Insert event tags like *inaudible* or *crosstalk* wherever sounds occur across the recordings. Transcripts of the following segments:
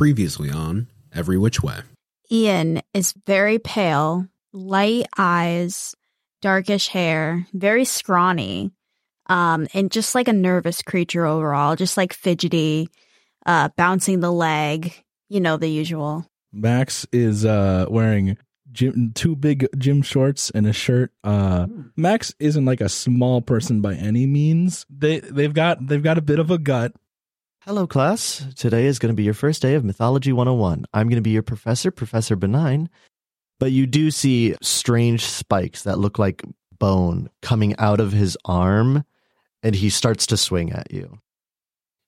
Previously on Every Which Way. Ian is very pale, light eyes, darkish hair, very scrawny, um, and just like a nervous creature overall, just like fidgety, uh, bouncing the leg, you know, the usual. Max is uh wearing gym, two big gym shorts and a shirt. Uh Max isn't like a small person by any means. They they've got they've got a bit of a gut. Hello, class. Today is going to be your first day of Mythology 101. I'm going to be your professor, Professor Benign. But you do see strange spikes that look like bone coming out of his arm, and he starts to swing at you.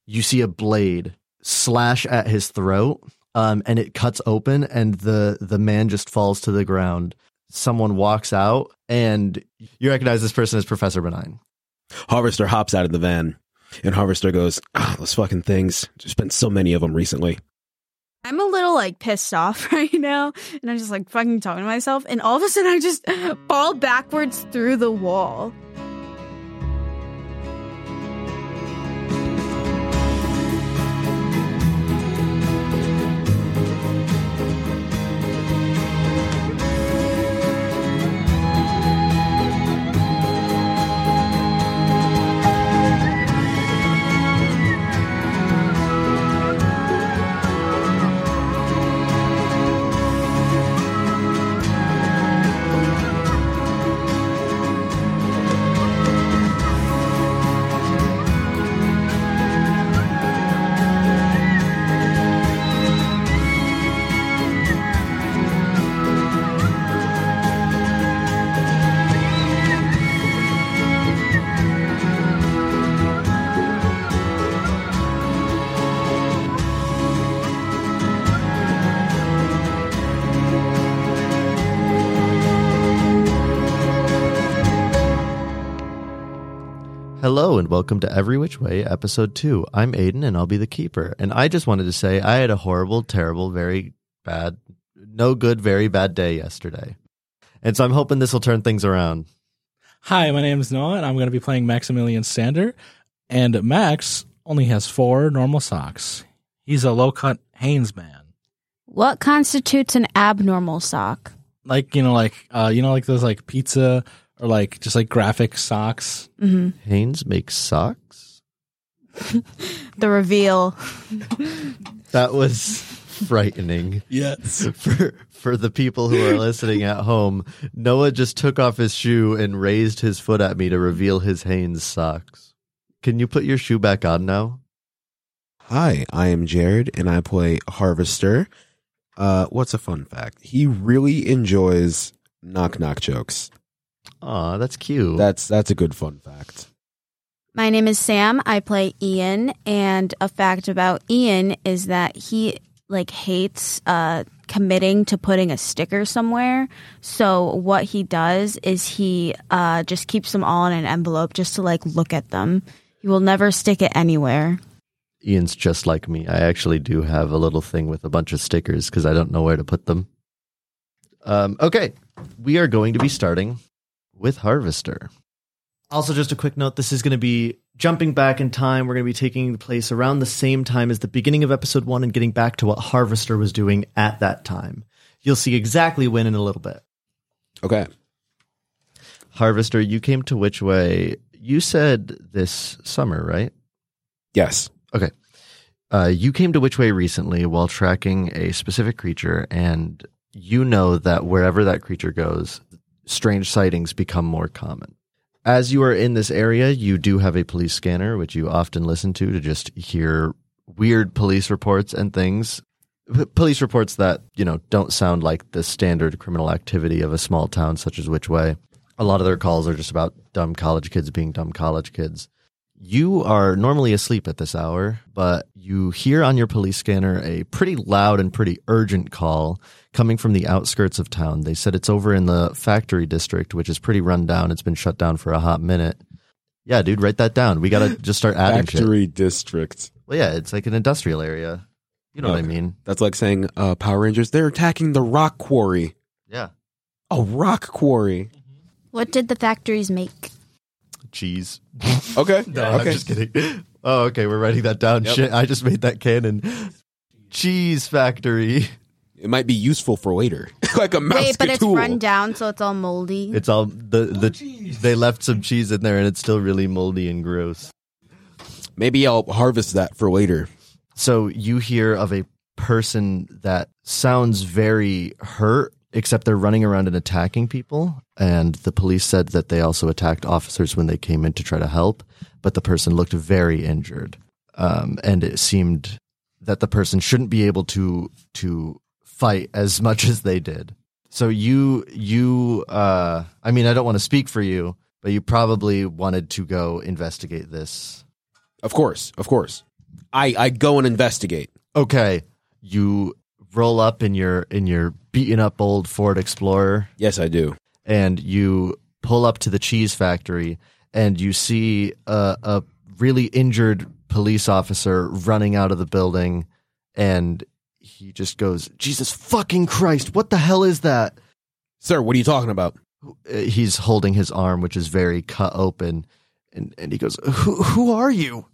You see a blade slash at his throat, um, and it cuts open, and the, the man just falls to the ground. Someone walks out, and you recognize this person as Professor Benign. Harvester hops out of the van, and Harvester goes, Ah, those fucking things. There's been so many of them recently. I'm a little like pissed off *laughs* right now, and I'm just like fucking talking to myself, and all of a sudden I just *laughs* fall backwards through the wall. Hello and welcome to Every Which Way, Episode 2. I'm Aiden and I'll be the keeper. And I just wanted to say I had a horrible, terrible, very bad, no good, very bad day yesterday. And so I'm hoping this will turn things around. Hi, my name is Noah, and I'm going to be playing Maximilian Sander. And Max only has four normal socks. He's a low cut Hanes man, What constitutes an abnormal sock? like you know, like uh, you know, like those like pizza or like just like graphic socks. hmm Haynes makes socks? The reveal. *laughs* That was frightening. Yes, For, for the people who are listening at home, Noah just took off his shoe and raised his foot at me to reveal his Haynes socks. Can you put your shoe back on now? Hi, I am Jared, and I play Harvester. Uh, what's a fun fact? He really enjoys knock knock jokes. Aw, that's cute. That's that's a good fun fact. My name is Sam. I play Ian, and a fact about Ian is that he like hates uh committing to putting a sticker somewhere. So what he does is he uh just keeps them all in an envelope just to like look at them. He will never stick it anywhere. Ian's just like me. I actually do have a little thing with a bunch of stickers because I don't know where to put them. Um, okay, we are going to be starting with Harvester. Also, just a quick note this is going to be jumping back in time. We're going to be taking place around the same time as the beginning of episode one and getting back to what Harvester was doing at that time. You'll see exactly when in a little bit. Okay. Harvester, you came to which way? You said this summer, right? Yes. Okay. Uh, you came to Which Way recently while tracking a specific creature, and you know that wherever that creature goes, strange sightings become more common. As you are in this area, you do have a police scanner, which you often listen to to just hear weird police reports and things. P- Police reports that, you know, don't sound like the standard criminal activity of a small town such as Which Way. A lot of their calls are just about dumb college kids being dumb college kids. You are normally asleep at this hour, but you hear on your police scanner a pretty loud and pretty urgent call coming from the outskirts of town. They said it's over in the factory district, which is pretty run down. It's been shut down for a hot minute. Yeah, dude, write that down. We gotta just start adding shit. Factory district. Well, yeah, it's like an industrial area. You know what I mean? That's like saying uh, Power Rangers. They're attacking the rock quarry. Yeah. Oh, rock quarry. What did the factories *laughs* make? Cheese. *laughs* Okay. No, I'm just kidding. Oh, okay. We're writing that down. Shit, I just made that canon. cheese factory. It might be useful for later, *laughs* like a mouse Wait, but it's run down, so it's all moldy. It's all the the they left some cheese in there and it's still really moldy and gross. Maybe I'll harvest that for later. So you hear of a person that sounds very hurt, except they're running around and attacking people. And the police said that they also attacked officers when they came in to try to help, but the person looked very injured. Um, and it seemed that the person shouldn't be able to to fight as much as they did. So you you uh, I mean I don't want to speak for you, but you probably wanted to go investigate this Of course, of course. I I go and investigate. okay you roll up in your in your beaten up old ford explorer Yes, I do. and you pull up to the cheese factory and you see a, a really injured police officer running out of the building and he just goes jesus fucking christ what the hell is that Sir, what are you talking about? Uh, he's holding his arm which is very cut open and, and he goes who, who are you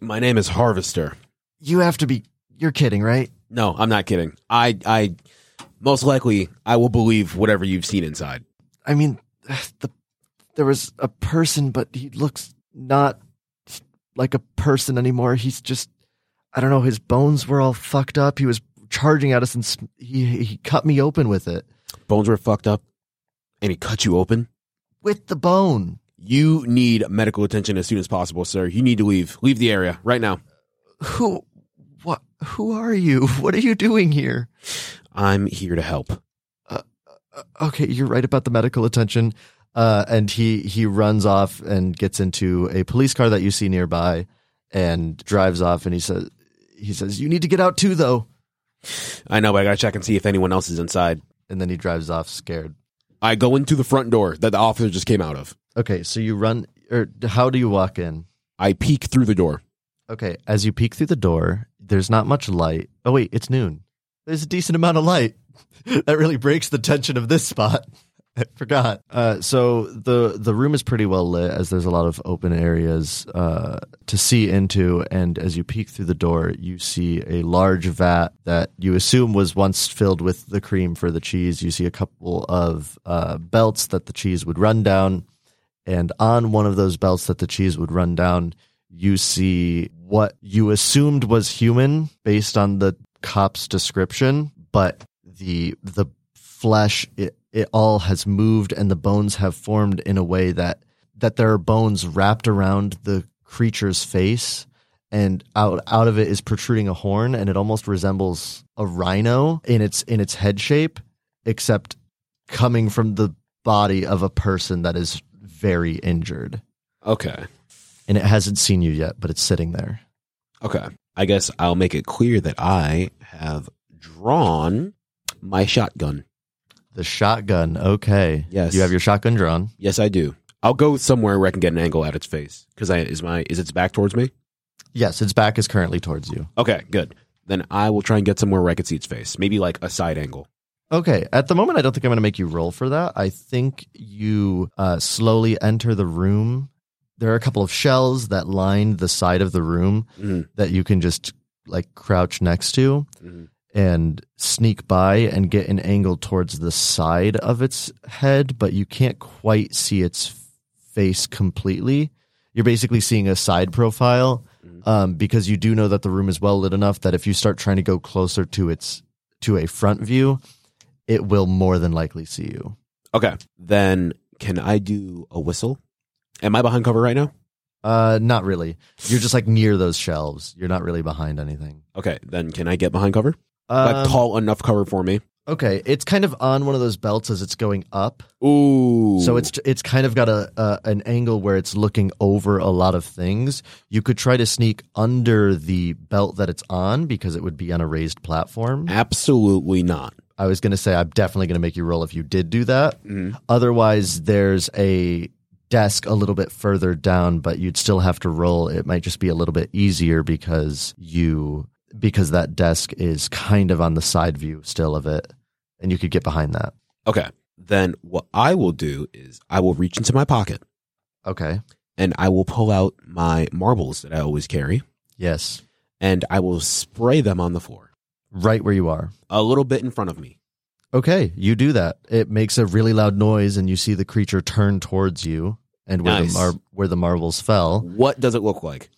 My name is Harvester. you have to be you're kidding right No, I'm not kidding. I I most likely I will believe whatever you've seen inside. I mean, the there was a person, but he looks not like a person anymore. He's just, I don't know. His bones were all fucked up. He was charging at us, and sm- he he cut me open with it, Bones were fucked up and he cut you open. with the bone. You need medical attention as soon as possible, sir. You need to leave. Leave the area right now. Who, what? Who are you? *laughs* What are you doing here? I'm here to help. Uh, Okay, you're right about the medical attention. Uh, and he he runs off and gets into a police car that you see nearby, and drives off. And he says he says you need to get out too, though. I know, but I gotta check and see if anyone else is inside. and then he drives off scared. I go into the front door that the officer just came out of. Okay, so you run, or how do you walk in? I peek through the door. Okay, as you peek through the door, there's not much light. Oh, wait, it's noon. There's a decent amount of light. *laughs* that really breaks the tension of this spot. *laughs* I forgot. Uh, so the the room is pretty well lit, as there's a lot of open areas uh, to see into. And as you peek through the door, you see a large vat that you assume was once filled with the cream for the cheese. You see a couple of uh, belts that the cheese would run down, and on one of those belts that the cheese would run down, you see what you assumed was human based on the cop's description, but the the flesh it, it all has moved and the bones have formed in a way that that there are bones wrapped around the creature's face and out out of it is protruding a horn and it almost resembles a rhino in its in its head shape except coming from the body of a person that is very injured Okay. and it hasn't seen you yet, but it's sitting there. Okay. I guess I'll make it clear that I have drawn my shotgun. The shotgun. Okay. Yes. You have your shotgun drawn. Yes, I do. I'll go somewhere where I can get an angle at its face because I is my is its back towards me. Yes, its back is currently towards you. Okay, good. Then I will try and get somewhere where I can see its face, maybe like a side angle. Okay. At the moment, I don't think I'm going to make you roll for that. I think you uh, slowly enter the room. There are a couple of shells that line the side of the room Mhm. that you can just like crouch next to Mhm. and sneak by and get an angle towards the side of its head, but you can't quite see its face completely. You're basically seeing a side profile um, because you do know that the room is well lit enough that if you start trying to go closer to its to a front view, it will more than likely see you. Okay, then can I do a whistle? Am I behind cover right now? Uh, not really. You're just like near those shelves. You're not really behind anything. Okay, then can I get behind cover? like Um, tall enough cover for me. okay, it's kind of on one of those belts as it's going up. Ooh. So it's it's kind of got a, a an angle where it's looking over a lot of things. You could try to sneak under the belt that it's on because it would be on a raised platform. absolutely not. I was going to say I'm definitely going to make you roll if you did do that. Mhm. Otherwise, there's a desk a little bit further down, but you'd still have to roll. It might just be a little bit easier because you because that desk is kind of on the side view still of it, and you could get behind that. Okay, then what I will do is I will reach into my pocket Okay. and I will pull out my marbles that I always carry Yes. and I will spray them on the floor. right where you are. a little bit in front of me. Okay, you do that. It makes a really loud noise, and you see the creature turn towards you and where Nice. the mar- where the marbles fell. What does it look like?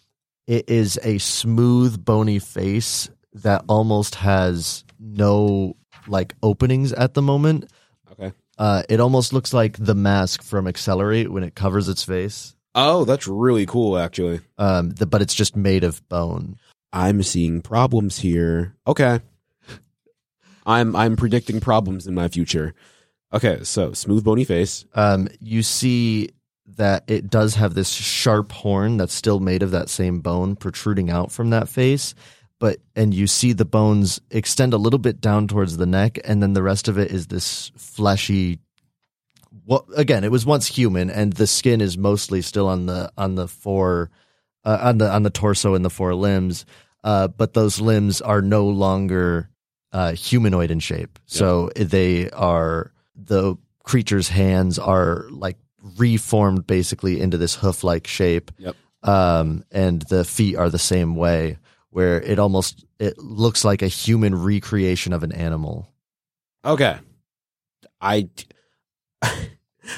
It is a smooth, bony face that almost has no like openings at the moment. Okay. Uh, it almost looks like the mask from Accelerate when it covers its face, Oh, that's really cool, actually. um, the, but it's just made of bone. I'm seeing problems here. Okay. I'm I'm predicting problems in my future. Okay, so smooth bony face. um, you see that it does have this sharp horn that's still made of that same bone protruding out from that face but and you see the bones extend a little bit down towards the neck and then the rest of it is this fleshy what again it was once human and the skin is mostly still on the on the four uh, on the on the torso and the four limbs uh, but those limbs are no longer uh, humanoid in shape so they are the creature's hands are like reformed basically into this hoof like shape. Yep. Um, and the feet are the same way, where it almost it looks like a human recreation of an animal. Okay. I *laughs*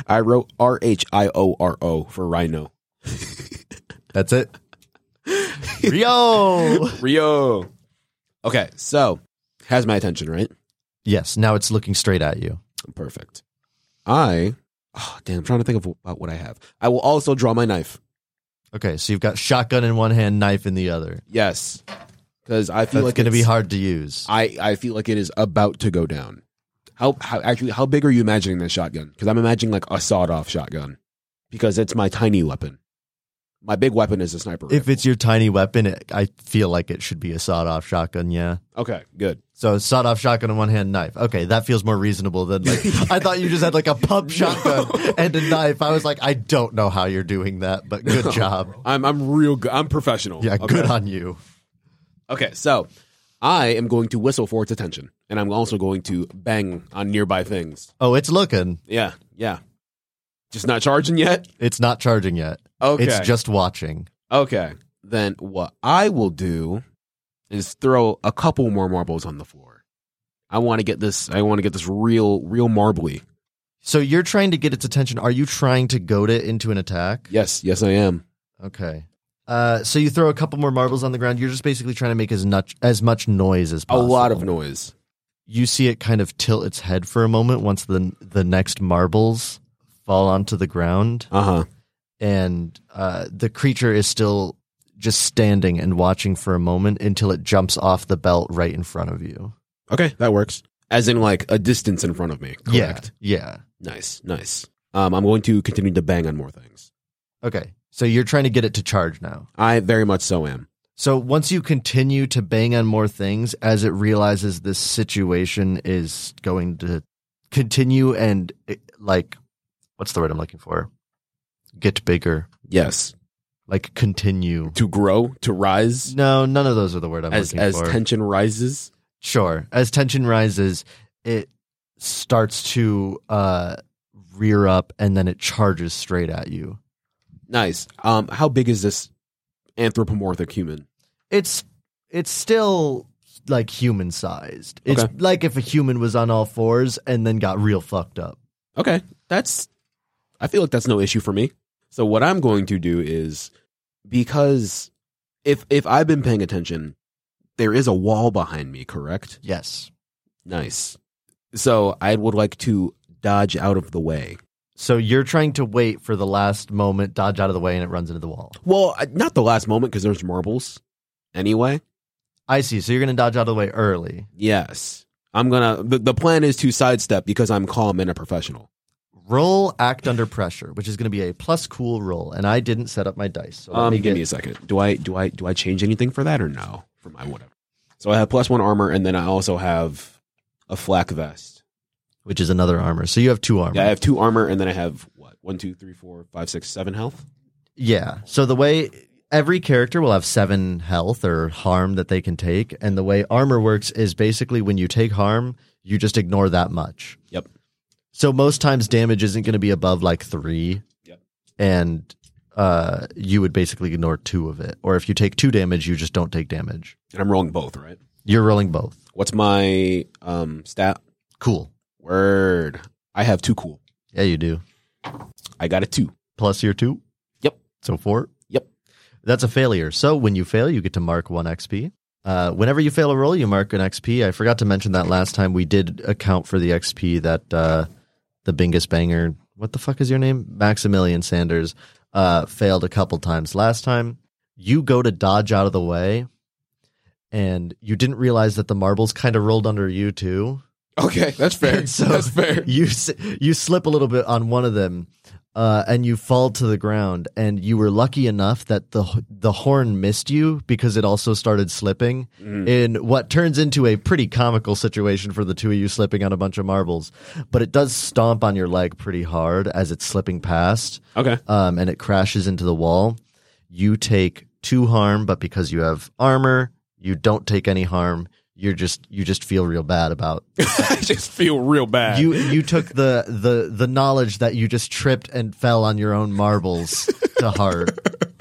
I wrote R H I O R O for rhino. *laughs* That's *laughs* it. Rio. *laughs* Rio. Okay, so has my attention, right? yes. Now it's looking straight at you. Perfect. I oh damn, I'm trying to think of about what I have. I will also draw my knife. Okay. So you've got shotgun in one hand, knife in the other. Yes. Because I feel That's like going to be it's- hard to use. I, I feel like it is about to go down. How, how actually how big are you imagining this shotgun? Because I'm imagining like a sawed off shotgun. Because it's my tiny weapon. My big weapon is a sniper. if rifle. it's your tiny weapon, it, I feel like it should be a sawed-off shotgun. Yeah. okay, good. So sawed off shotgun in one hand, knife. Okay, that feels more reasonable than like I thought you just had like *laughs* a pump shotgun and a knife. I was like, I don't know how you're doing that, but good job. I'm I'm real good. I'm professional. Yeah, okay? good on you. Okay, so I am going to whistle for its attention, and I'm also going to bang on nearby things. Oh, it's looking. Yeah, yeah. Just not charging yet. It's not charging yet. Okay. It's just watching. Okay. Then what I will do is throw a couple more marbles on the floor. I want to get this. I want to get this real, real marbly. So you're trying to get its attention. Are you trying to goad it into an attack? Yes, yes, I am. Okay. Uh, so you throw a couple more marbles on the ground. You're just basically trying to make as much as much noise as A possible. lot of noise. you see it kind of tilt its head for a moment once the the next marbles fall onto the ground Uh huh. and uh, the creature is still just standing and watching for a moment until it jumps off the belt right in front of you Okay, that works. As in, like a distance in front of me. Correct. yeah Nice, nice. Um, I'm going to continue to bang on more things. yeah okay so you're trying to get it to charge now I very much so am. so once you continue to bang on more things as it realizes this situation is going to continue and it, like what's the word i'm looking for get bigger Yes. like continue To grow, to rise No, none of those are the word I'm as looking as for. tension rises. sure, as tension rises, it starts to uh, rear up, and then it charges straight at you. Nice. Um, how big is this anthropomorphic human? It's it's still like human sized. It's Okay. like if a human was on all fours and then got real fucked up. Okay, that's. I feel like that's no issue for me. So what I'm going to do is because if if I've been paying attention, there is a wall behind me. Correct. Yes. Nice. So I would like to dodge out of the way. So you're trying to wait for the last moment, dodge out of the way, and it runs into the wall. Well, I- not the last moment because there's marbles. Anyway, I see. So you're going to dodge out of the way early. yes, I'm gonna. The, the plan is to sidestep because I'm calm and a professional. Roll act under pressure, which is going to be a plus cool roll, and I didn't set up my dice. So let Um, me give get me a second. Do I do I do I change anything for that or no? For my whatever. So I have plus one armor, and then I also have a flak vest. which is another armor. So you have two armor. Yeah, I have two armor, and then I have what one, two, three, four, five, six, seven health. Yeah. So the way every character will have seven health or harm that they can take, and the way armor works is basically when you take harm, you just ignore that much. Yep. So most times damage isn't going to be above like three. Yep. And uh, you would basically ignore two of it, or if you take two damage, you just don't take damage. And I'm rolling both, right? You're rolling both. What's my um stat? Cool. Word. I have two cool. Yeah, you do. I got a two. Plus your two. Yep. So four. Yep. That's a failure. So when you fail, you get to mark one XP. Uh, whenever you fail a roll, you mark an XP. I forgot to mention that last time we did account for the XP that uh, the Bingus Banger, what the fuck is your name? Maximilian Sanders, uh, failed a couple times last time. You go to dodge out of the way, and you didn't realize that the marbles kind of rolled under you too Okay, that's *laughs* *laughs* fair. So- that's fair. you s- you slip a little bit on one of them, uh, and you fall to the ground. And you were lucky enough that the h- the horn missed you because it also started slipping Mm. in what turns into a pretty comical situation for the two of you slipping on a bunch of marbles. But it does stomp on your leg pretty hard as it's slipping past, Okay. um, and it crashes into the wall. You take two harm, but because you have armor, you don't take any harm. You're just you just feel real bad about *laughs* I just feel real bad. *laughs* you you took the the the knowledge that you just tripped and fell on your own marbles to heart,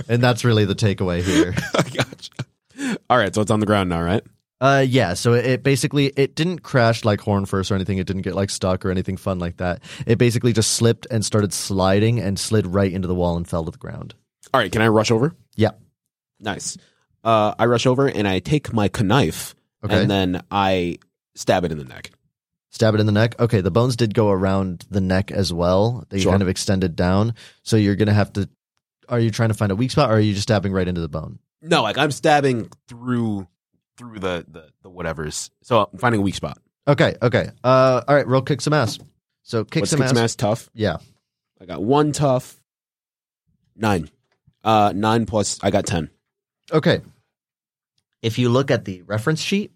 and that's really the takeaway here. I gotcha. All right, so it's on the ground now, right? Uh, yeah. So it, it basically it didn't crash like horn first or anything. It didn't get like stuck or anything fun like that. It basically just slipped and started sliding and slid right into the wall and fell to the ground. All right, can I rush over? Yeah. Nice. Uh, I rush over and I take my knife Okay. and then I stab it in the neck. Stab it in the neck. Okay, the bones did go around the neck as well. They Sure. kind of extended down. So you're gonna have to. Are you trying to find a weak spot, or are you just stabbing right into the bone? No, like I'm stabbing through through the the, the whatever's. So I'm finding a weak spot. Okay, okay. Uh, all right, roll kick some ass. So kick Let's some kick ass. some ass tough. Yeah. I got one tough. Nine. Uh nine plus I got ten. Okay. If you look at the reference sheet,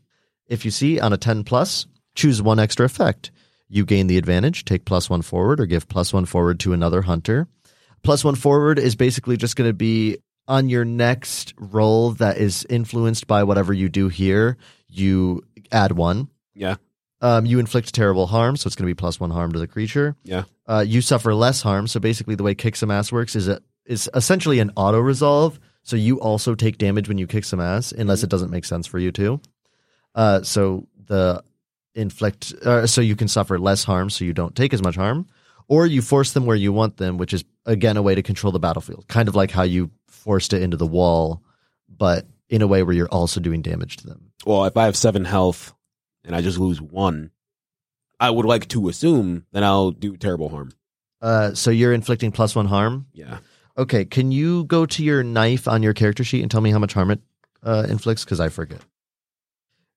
if you see on a 10 plus, choose one extra effect. You gain the advantage, take plus one forward, or give plus one forward to another hunter. Plus one forward is basically just going to be on your next roll that is influenced by whatever you do here. You add one. Yeah. Um, you inflict terrible harm, so it's going to be plus one harm to the creature. Yeah. Uh, you suffer less harm. So basically, the way kick some ass works is it is essentially an auto resolve. So you also take damage when you kick some ass, unless it doesn't make sense for you to. Uh, so the inflict, uh, so you can suffer less harm, so you don't take as much harm, or you force them where you want them, which is again a way to control the battlefield, kind of like how you forced it into the wall, but in a way where you're also doing damage to them. Well, if I have seven health and I just lose one, I would like to assume that I'll do terrible harm. Uh, so you're inflicting plus one harm. Yeah. Okay, can you go to your knife on your character sheet and tell me how much harm it uh, inflicts? Because I forget.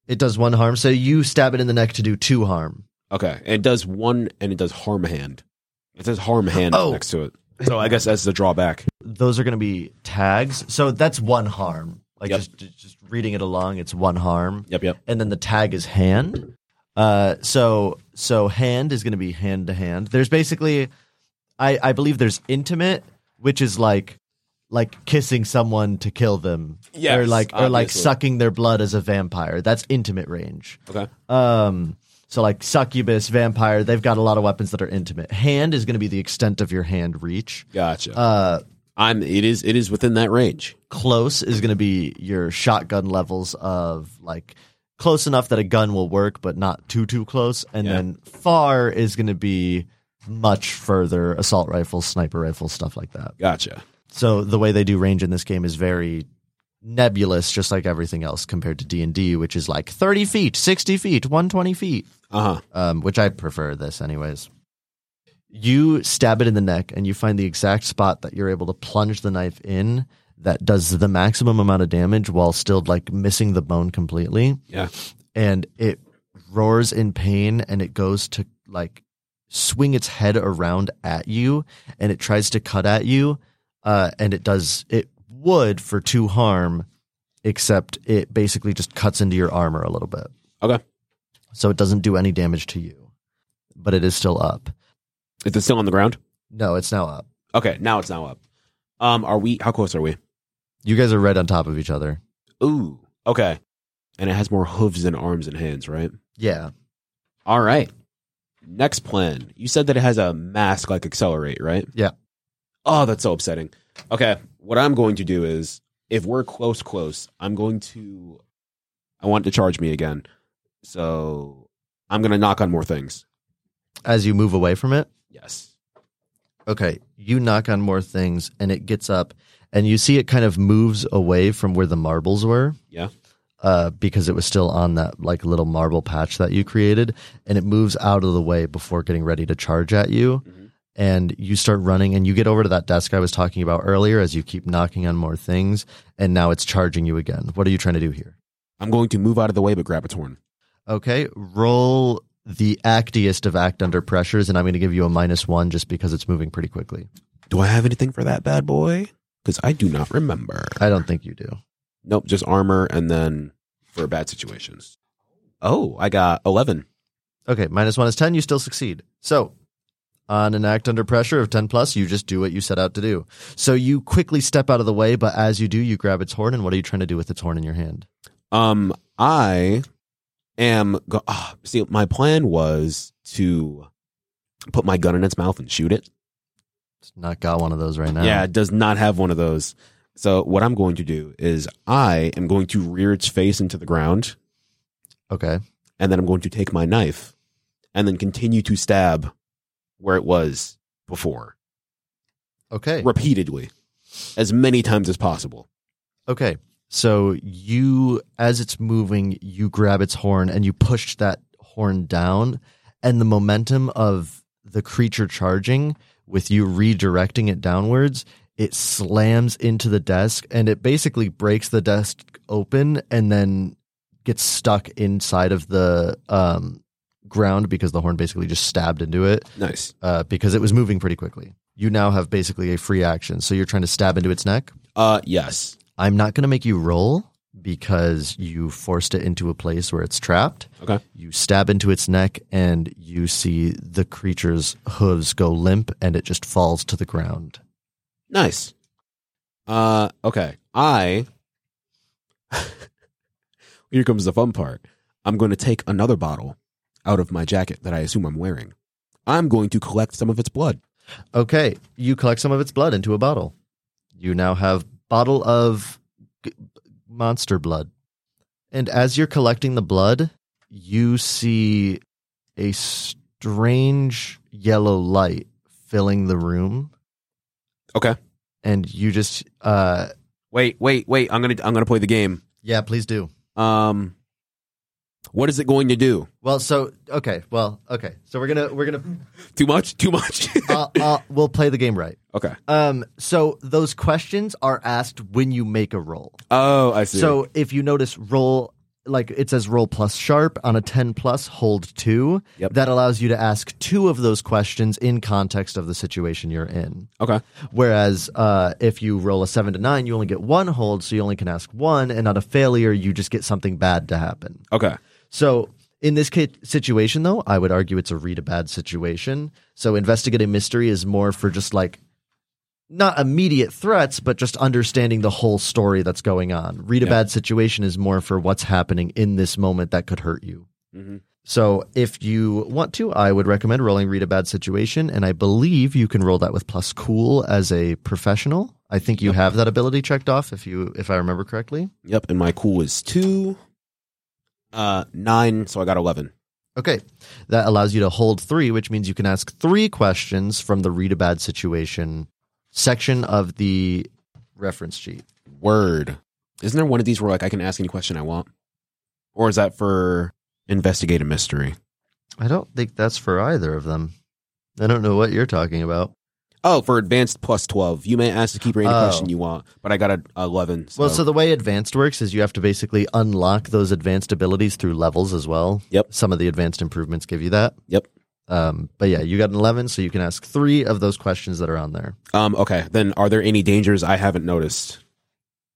It does one harm, so you stab it in the neck to do two harm. Okay. And it does one and it does harm hand. It says harm hand Oh. next to it. So I guess that's the drawback. Those are going to be tags, so that's one harm. Like Yep. just just reading it along, it's one harm, Yep, yep. and then the tag is hand. Uh, so so hand is going to be hand to hand. There's basically, I I believe there's intimate, which is like like kissing someone to kill them. Yes, or like or like obviously. sucking their blood as a vampire. That's intimate range. Okay. Um, so like succubus, vampire, they've got a lot of weapons that are intimate. Hand is going to be the extent of your hand reach. Gotcha. Uh, I'm it is it is within that range. close is going to be your shotgun levels of like close enough that a gun will work, but not too too close. And Yeah. then far is going to be much further assault rifles, sniper rifles, stuff like that. Gotcha. So the way they do range in this game is very nebulous, just like everything else compared to D and D, which is like thirty feet, sixty feet, one twenty feet Uh-huh. um, which I prefer this, anyways. You stab it in the neck and you find the exact spot that you're able to plunge the knife in that does the maximum amount of damage while still like missing the bone completely. Yeah. And it roars in pain and it goes to like swing its head around at you and it tries to cut at you. Uh, and it does, it would for two harm, except it basically just cuts into your armor a little bit so it doesn't do any damage to you, but it is still up. Is it still on the ground? No, it's now up. Okay, now it's now up. Um are we how close are we? You guys are right on top of each other. Ooh. Okay. And it has more hooves than arms and hands, right? Yeah. All right. Next plan. You said that it has a mask like accelerate, right? Yeah. Oh, that's so upsetting. Okay. What I'm going to do is if we're close, close, I'm going to I want it to charge me again. So I'm going to knock on more things. As you move away from it, Yes. okay, you knock on more things and it gets up and you see it kind of moves away from where the marbles were. Yeah. Uh, because it was still on that like little marble patch that you created and it moves out of the way before getting ready to charge at you. Mhm. And you start running and you get over to that desk I was talking about earlier as you keep knocking on more things and now it's charging you again. What are you trying to do here? I'm going to move out of the way, but grab its horn. Okay, roll the actiest of act under pressures and I'm going to give you a minus one just because it's moving pretty quickly. Do I have anything for that bad boy? Because I do not remember. I don't think you do. Nope, just armor and then for bad situations. Oh, I got 11. Okay, minus one is 10. You still succeed. So, on an act under pressure of 10 plus, you just do what you set out to do. So, you quickly step out of the way, but as you do, you grab its horn. And what are you trying to do with its horn in your hand? Um, I am. Go- ah, see, my plan was to put my gun in its mouth and shoot it. It's not got one of those right now. Yeah, it does not have one of those. So what I'm going to do is I am going to rear its face into the ground, Okay. and then I'm going to take my knife, and then continue to stab where it was before, Okay. repeatedly, as many times as possible. Okay. So, you, as it's moving, you grab its horn and you push that horn down. And the momentum of the creature charging with you redirecting it downwards, it slams into the desk and it basically breaks the desk open and then gets stuck inside of the um, ground because the horn basically just stabbed into it Nice. uh, because it was moving pretty quickly. You now have basically a free action. So, you're trying to stab into its neck? Uh, yes. I'm not going to make you roll because you forced it into a place where it's trapped. Okay. You stab into its neck and you see the creature's hooves go limp and it just falls to the ground. Nice. Uh, okay. I. *laughs* Here comes the fun part. I'm going to take another bottle out of my jacket that I assume I'm wearing. I'm going to collect some of its blood. Okay, you collect some of its blood into a bottle. You now have bottle of g- monster blood. And as you're collecting the blood, you see a strange yellow light filling the room. Okay. And you just uh Wait, wait, wait. I'm gonna I'm gonna play the game. Yeah, please do. Um, what is it going to do? Well, so okay, well, okay. So we're gonna we're gonna Too much? Too much? *laughs* uh, uh, we'll play the game right. okay. Um, so those questions are asked when you make a roll. Oh, I see. So if you notice, roll like it says roll plus sharp on a ten plus, hold two. Yep. That allows you to ask two of those questions in context of the situation you're in. okay. Whereas uh, if you roll a seven to nine, you only get one hold, so you only can ask one, and on a failure, you just get something bad to happen. Okay. So in this case, situation, though, I would argue it's a read a bad situation. So investigative mystery is more for just like not immediate threats, but just understanding the whole story that's going on. Read a Yeah. bad situation is more for what's happening in this moment that could hurt you. Mhm. So if you want to, I would recommend rolling read a bad situation, and I believe you can roll that with plus cool as a professional. I think you have that ability checked off if you if I remember correctly. Yep. And my cool is two. Uh, nine. So I got eleven. Okay. That allows you to hold three, which means you can ask three questions from the read a bad situation section of the reference sheet. Word. Isn't there one of these where like I can ask any question I want? Or is that for investigate a mystery? I don't think that's for either of them. I don't know what you're talking about. Oh, for advanced plus twelve, you may ask the keeper any Oh. question you want, but I got a eleven. So. Well, so the way advanced works is you have to basically unlock those advanced abilities through levels as well. Yep. Some of the advanced improvements give you that. Yep. Um, but yeah, you got an 11, so you can ask three of those questions that are on there. um, okay, then are there any dangers I haven't noticed?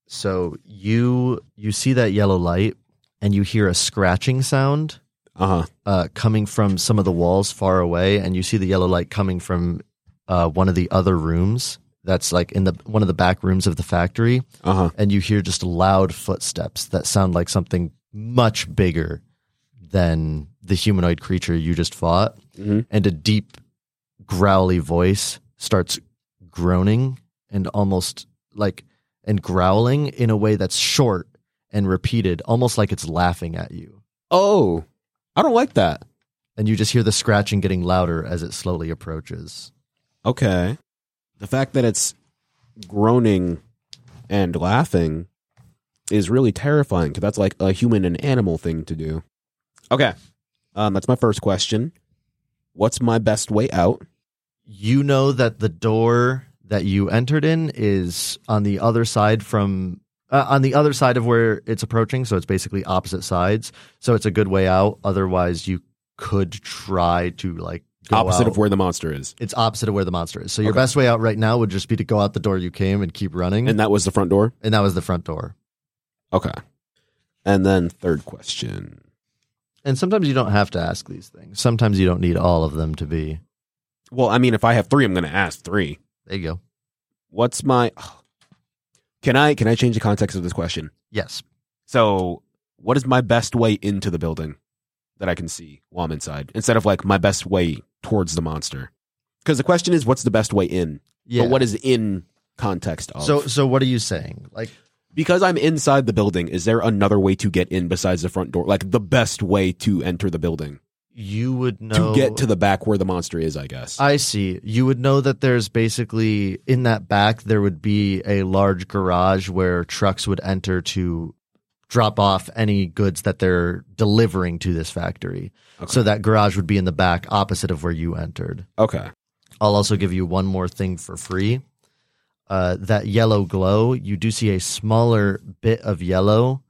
So you you see that yellow light and you hear a scratching sound. Uh huh. uh, coming from some of the walls far away, and you see the yellow light coming from uh, one of the other rooms. That's like in the one of the back rooms of the factory, Uh huh. and you hear just loud footsteps that sound like something much bigger than the humanoid creature you just fought, Mhm. and a deep, growly voice starts groaning and almost like and growling in a way that's short and repeated, almost like it's laughing at you. Oh, I don't like that. and you just hear the scratching getting louder as it slowly approaches. Okay. The fact that it's groaning and laughing is really terrifying because that's like a human and animal thing to do. Okay. Um, that's my first question. What's my best way out? You know that the door that you entered in is on the other side from uh, on the other side of where it's approaching, so it's basically opposite sides. So it's a good way out. Otherwise, you could try to like go Opposite out. of where the monster is. it's opposite of where the monster is. So your Okay. best way out right now would just be to go out the door you came and keep running, And that was the front door? and that was the front door. Okay. And then third question. And sometimes you don't have to ask these things. Sometimes you don't need all of them to be. Well, I mean, if I have three, I'm going to ask three. There you go. What's my. *sighs* Can I can I change the context of this question? Yes. So, what is my best way into the building that I can see while I'm inside instead of like my best way towards the monster? Because the question is, what's the best way in? Yeah. But what is in context of? So so what are you saying? Like because I'm inside the building, is there another way to get in besides the front door? Like the best way to enter the building you would to know get to the back where the monster is, I guess. I see. You would know that there's basically in that back there would be a large garage where trucks would enter to drop off any goods that they're delivering to this factory. Okay. So that garage would be in the back opposite of where you entered. okay. I'll also give you one more thing for free. Uh, that yellow glow, you do see a smaller bit of yellow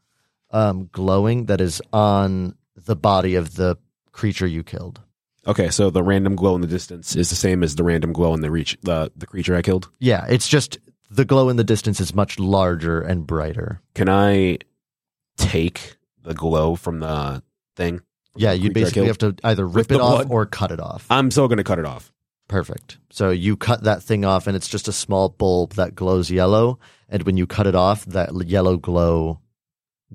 um, glowing that is on the body of the creature you killed. Okay. So the random glow in the distance is the same as the random glow in the reach the the creature I killed. Yeah, it's just the glow in the distance is much larger and brighter. Can I take the glow from the thing? Yeah, Creature you I basically have killed. to either rip the it off blood? or cut it off. I'm still going to cut it off. Perfect. So you cut that thing off, and it's just a small bulb that glows yellow. And when you cut it off, that l- yellow glow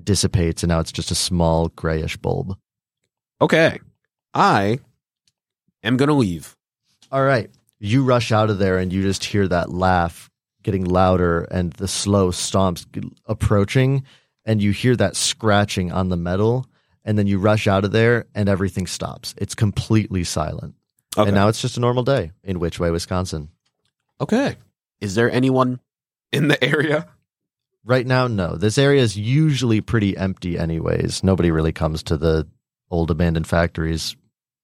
dissipates, and now it's just a small grayish bulb. okay, I am going to leave. All right. You rush out of there and you just hear that laugh getting louder and the slow stomps g- approaching and you hear that scratching on the metal and then you rush out of there and everything stops. It's completely silent. Okay. And now it's just a normal day in Which Way, Wisconsin. okay. Is there anyone in the area? Right now, no. This area is usually pretty empty anyways. Nobody really comes to the old abandoned factories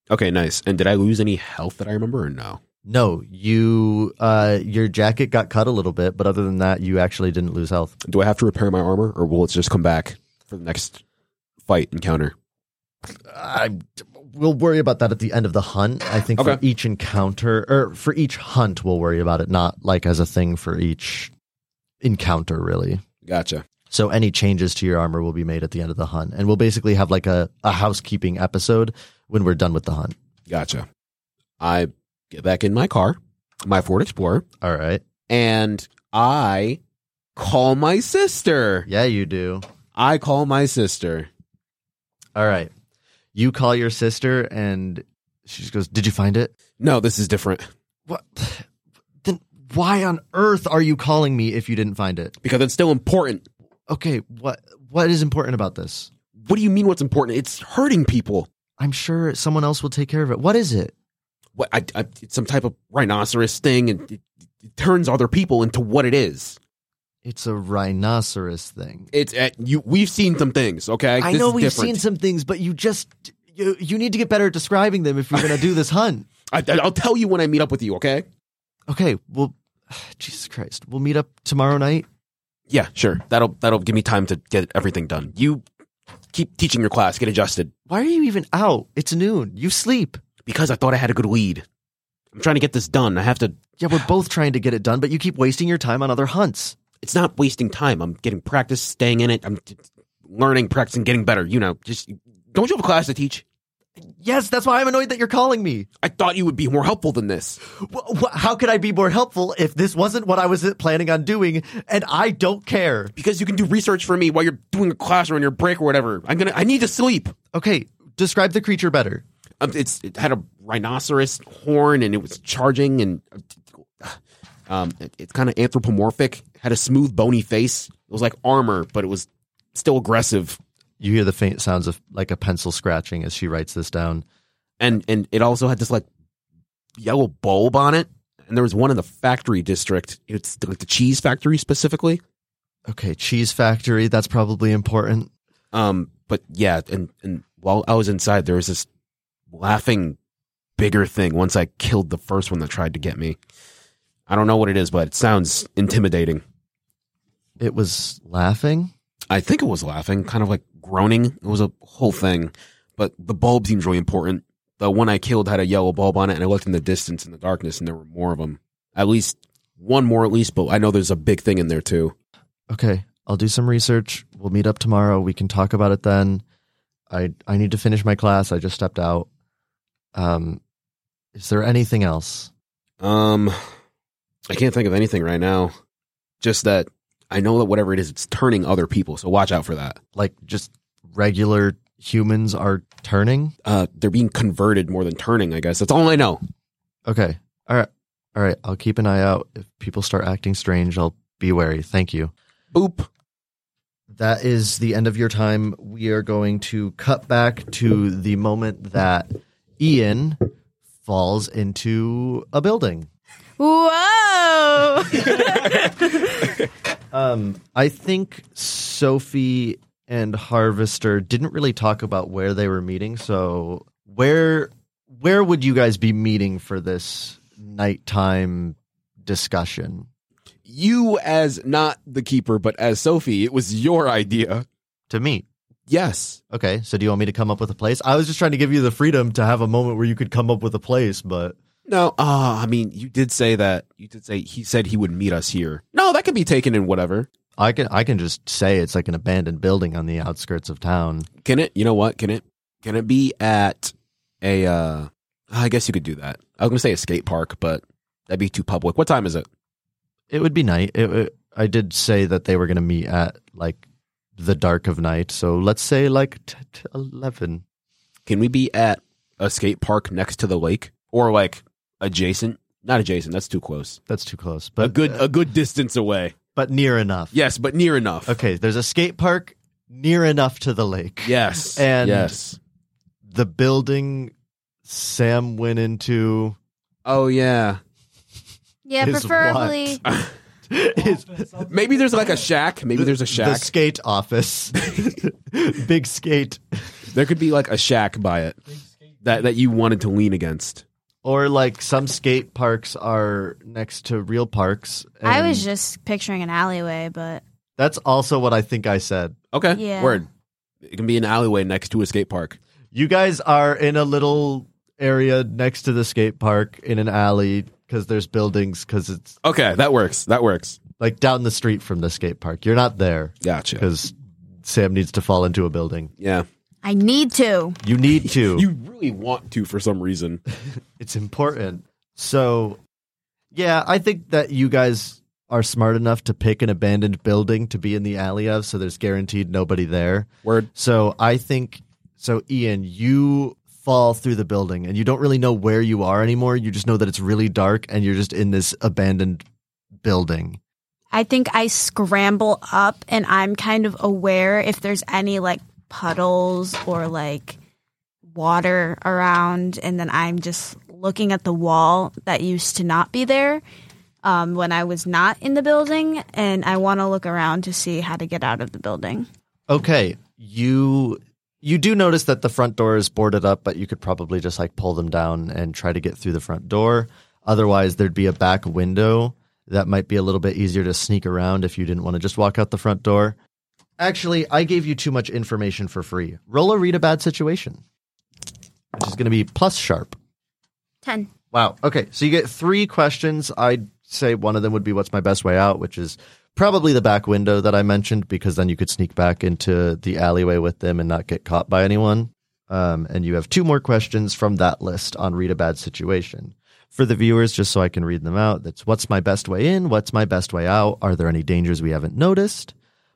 Okay, nice. And did I lose any health that I remember or no? No, you uh your jacket got cut a little bit, but other than that you actually didn't lose health. Do I have to repair my armor or will it just come back for the next fight encounter? I we'll worry about that at the end of the hunt. I think for Okay. each encounter or for each hunt, we'll worry about it, not like as a thing for each encounter, really. Gotcha. So any changes to your armor will be made at the end of the hunt, and we'll basically have like a, a housekeeping episode when we're done with the hunt. Gotcha. I get back in my car, my Ford Explorer, All right? and I call my sister. Yeah, you do. I call my sister. All right. You call your sister, and she just goes, "Did you find it?" No, this is different What? Then why on earth are you calling me if you didn't find it? because it's still important. Okay, what what is important about this? What do you mean what's important? It's hurting people. I'm sure someone else will take care of it. What is it? what I, I it's some type of rhinoceros thing and it, it turns other people into what it is. It's a rhinoceros thing. It's at you we've seen some things, okay? I This know is we've different. seen some things, but you just you, you need to get better at describing them if you're going to do *laughs* this hunt. I, I'll tell you when I meet up with you, okay? Okay, well *sighs* Jesus Christ. We'll meet up tomorrow night. Yeah, sure. That'll that'll give me time to get everything done. You keep teaching your class, get adjusted Why are you even out? It's noon. You sleep. because I thought I had a good lead. I'm trying to get this done. I have to Yeah, we're both trying to get it done, but you keep wasting your time on other hunts. it's not wasting time. I'm getting practice, staying in it. I'm t- learning, practicing, getting better. You know, just don't you have a class to teach? Yes, that's why I'm annoyed that you're calling me. I thought you would be more helpful than this. Wh- wh- How could I be more helpful if this wasn't what I was planning on doing and I don't care? because you can do research for me while you're doing a class or on your break or whatever. I'm gonna. I need to sleep. Okay, describe the creature better. Um, it's it had a rhinoceros horn and it was charging and um, it, it's kind of anthropomorphic. Had a smooth bony face. It was like armor, but it was still aggressive. You hear the faint sounds of like a pencil scratching as she writes this down. and and it also had this like yellow bulb on it. And there was one in the factory district. It's the, like the cheese factory specifically. Okay, cheese factory. That's probably important. Um, but yeah, and and while I was inside, there was this laughing bigger thing. Once I killed the first one that tried to get me, I don't know what it is, but it sounds intimidating. It was laughing. I think it was laughing, kind of like groaning. It was a whole thing. But the bulb seems really important. The one I killed had a yellow bulb on it, and I looked in the distance in the darkness, and there were more of them. At least one more, at least. But I know there's a big thing in there too. Okay, I'll do some research. We'll meet up tomorrow. We can talk about it then. I I need to finish my class. I just stepped out. Um, is there anything else? Um, I can't think of anything right now. Just that I know that whatever it is, it's turning other people. So watch out for that. Like just regular humans are turning. Uh, they're being converted more than turning. I guess that's all I know. Okay. All right. All right. I'll keep an eye out. If people start acting strange, I'll be wary. Thank you. Boop. That is the end of your time. We are going to cut back to the moment that Ian falls into a building. *laughs* Whoa! *laughs* Um, I think Sophie and Harvester didn't really talk about where they were meeting. So where where would you guys be meeting for this nighttime discussion? You as not the keeper, but as Sophie, it was your idea. To meet. Yes. Okay, so do you want me to come up with a place? I was just trying to give you the freedom to have a moment where you could come up with a place, but No, ah, I mean, you did say that. You did say he said he would meet us here. No, that can be taken in whatever. I can I can just say it's like an abandoned building on the outskirts of town. Can it? You know what? Can it? Can it be at a? uh I guess you could do that. I was gonna say a skate park, but that'd be too public. What time is it? It would be night. It, it- I did say that they were going to meet at like the dark of night, so let's say like t- t- eleven. Can we be at a skate park next to the lake or like adjacent? Not adjacent. That's too close. That's too close, but uh, A good a good distance away. but near enough. Yes, but near enough. Okay. There's a skate park near enough to the lake. Yes. And- yes. The building Sam went into Oh yeah. yeah, Is preferably. *laughs* is Maybe there's like a shack. Maybe there's a The shack. skate *laughs* office. Big skate. There could be like a shack by it that that you wanted to lean against. Or like some skate parks are next to real parks. I was and just picturing an alleyway, but That's also what I think I said. Okay. Yeah. Word. It can be an alleyway next to a skate park. You guys are in a little area next to the skate park in an alley because there's buildings because it's Okay, that works. That works. like down the street from the skate park. You're not there Gotcha. because Sam needs to fall into a building. Yeah. I need to. You need to. *laughs* You really want to for some reason. it's important. So, yeah, I think that you guys are smart enough to pick an abandoned building to be in the alley of, so there's guaranteed nobody there. Word. So, I think so, Ian, you fall through the building and you don't really know where you are anymore. You just know that it's really dark and you're just in this abandoned building. I think I scramble up and I'm kind of aware if there's any like puddles or like water around. And then I'm just looking at the wall that used to not be there um, when I was not in the building. And I want to look around to see how to get out of the building. Okay, you you do notice that the front door is boarded up, but you could probably just like pull them down and try to get through the front door. Otherwise, there'd be a back window that might be a little bit easier to sneak around if you didn't want to just walk out the front door. Actually, I gave you too much information for free. Roll a read a bad situation, which is going to be plus sharp. 10. Wow. Okay. So you get three questions. I'd say one of them would be what's my best way out, which is probably the back window that I mentioned, because then you could sneak back into the alleyway with them and not get caught by anyone. Um, and you have two more questions from that list on read a bad situation. For the viewers, just so I can read them out, that's what's my best way in? What's my best way out? Are there any dangers we haven't noticed?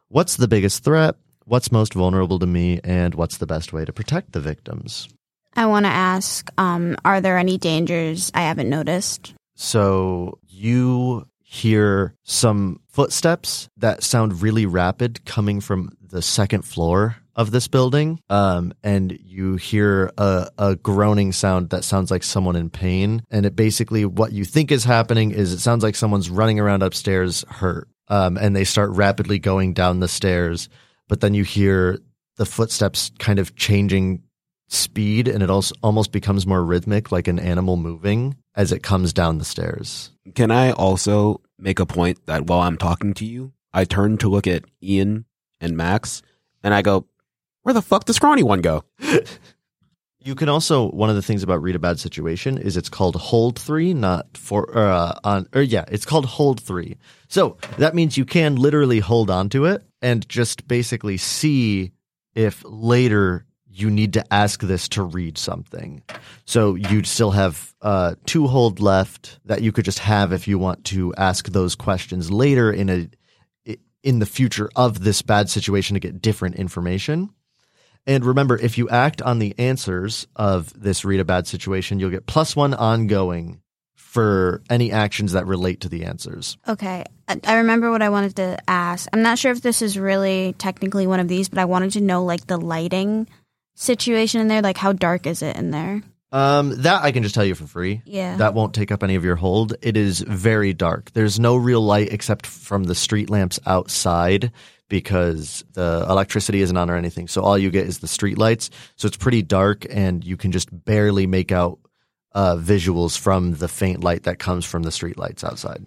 What's the biggest threat? What's most vulnerable to me? And what's the best way to protect the victims? I want to ask um, Are there any dangers I haven't noticed? So you hear some footsteps that sound really rapid coming from the second floor of this building, um, and you hear a, a groaning sound that sounds like someone in pain. And it basically, what you think is happening is it sounds like someone's running around upstairs hurt, um, and they start rapidly going down the stairs. But then you hear the footsteps kind of changing speed, and it also almost becomes more rhythmic, like an animal moving as it comes down the stairs. Can I also make a point that while I'm talking to you, I turn to look at Ian and Max and I go, Where the fuck does Scrawny One go? You can also one of the things about read a bad situation is it's called hold three, not for or, uh, on or yeah, it's called hold three. So that means you can literally hold on to it and just basically see if later you need to ask this to read something. So you'd still have uh, two hold left that you could just have if you want to ask those questions later in a in the future of this bad situation to get different information. And remember, if you act on the answers of this read a bad situation, you'll get plus one ongoing for any actions that relate to the answers. Okay. I- I remember what I wanted to ask. I'm not sure if this is really technically one of these, but I wanted to know like the lighting situation in there. Like, how dark is it in there? Um, that I can just tell you for free. Yeah. That won't take up any of your hold. It is very dark. There's no real light except from the street lamps outside because the electricity isn't on or anything. So all you get is the street lights. So it's pretty dark and you can just barely make out uh, visuals from the faint light that comes from the street lights outside.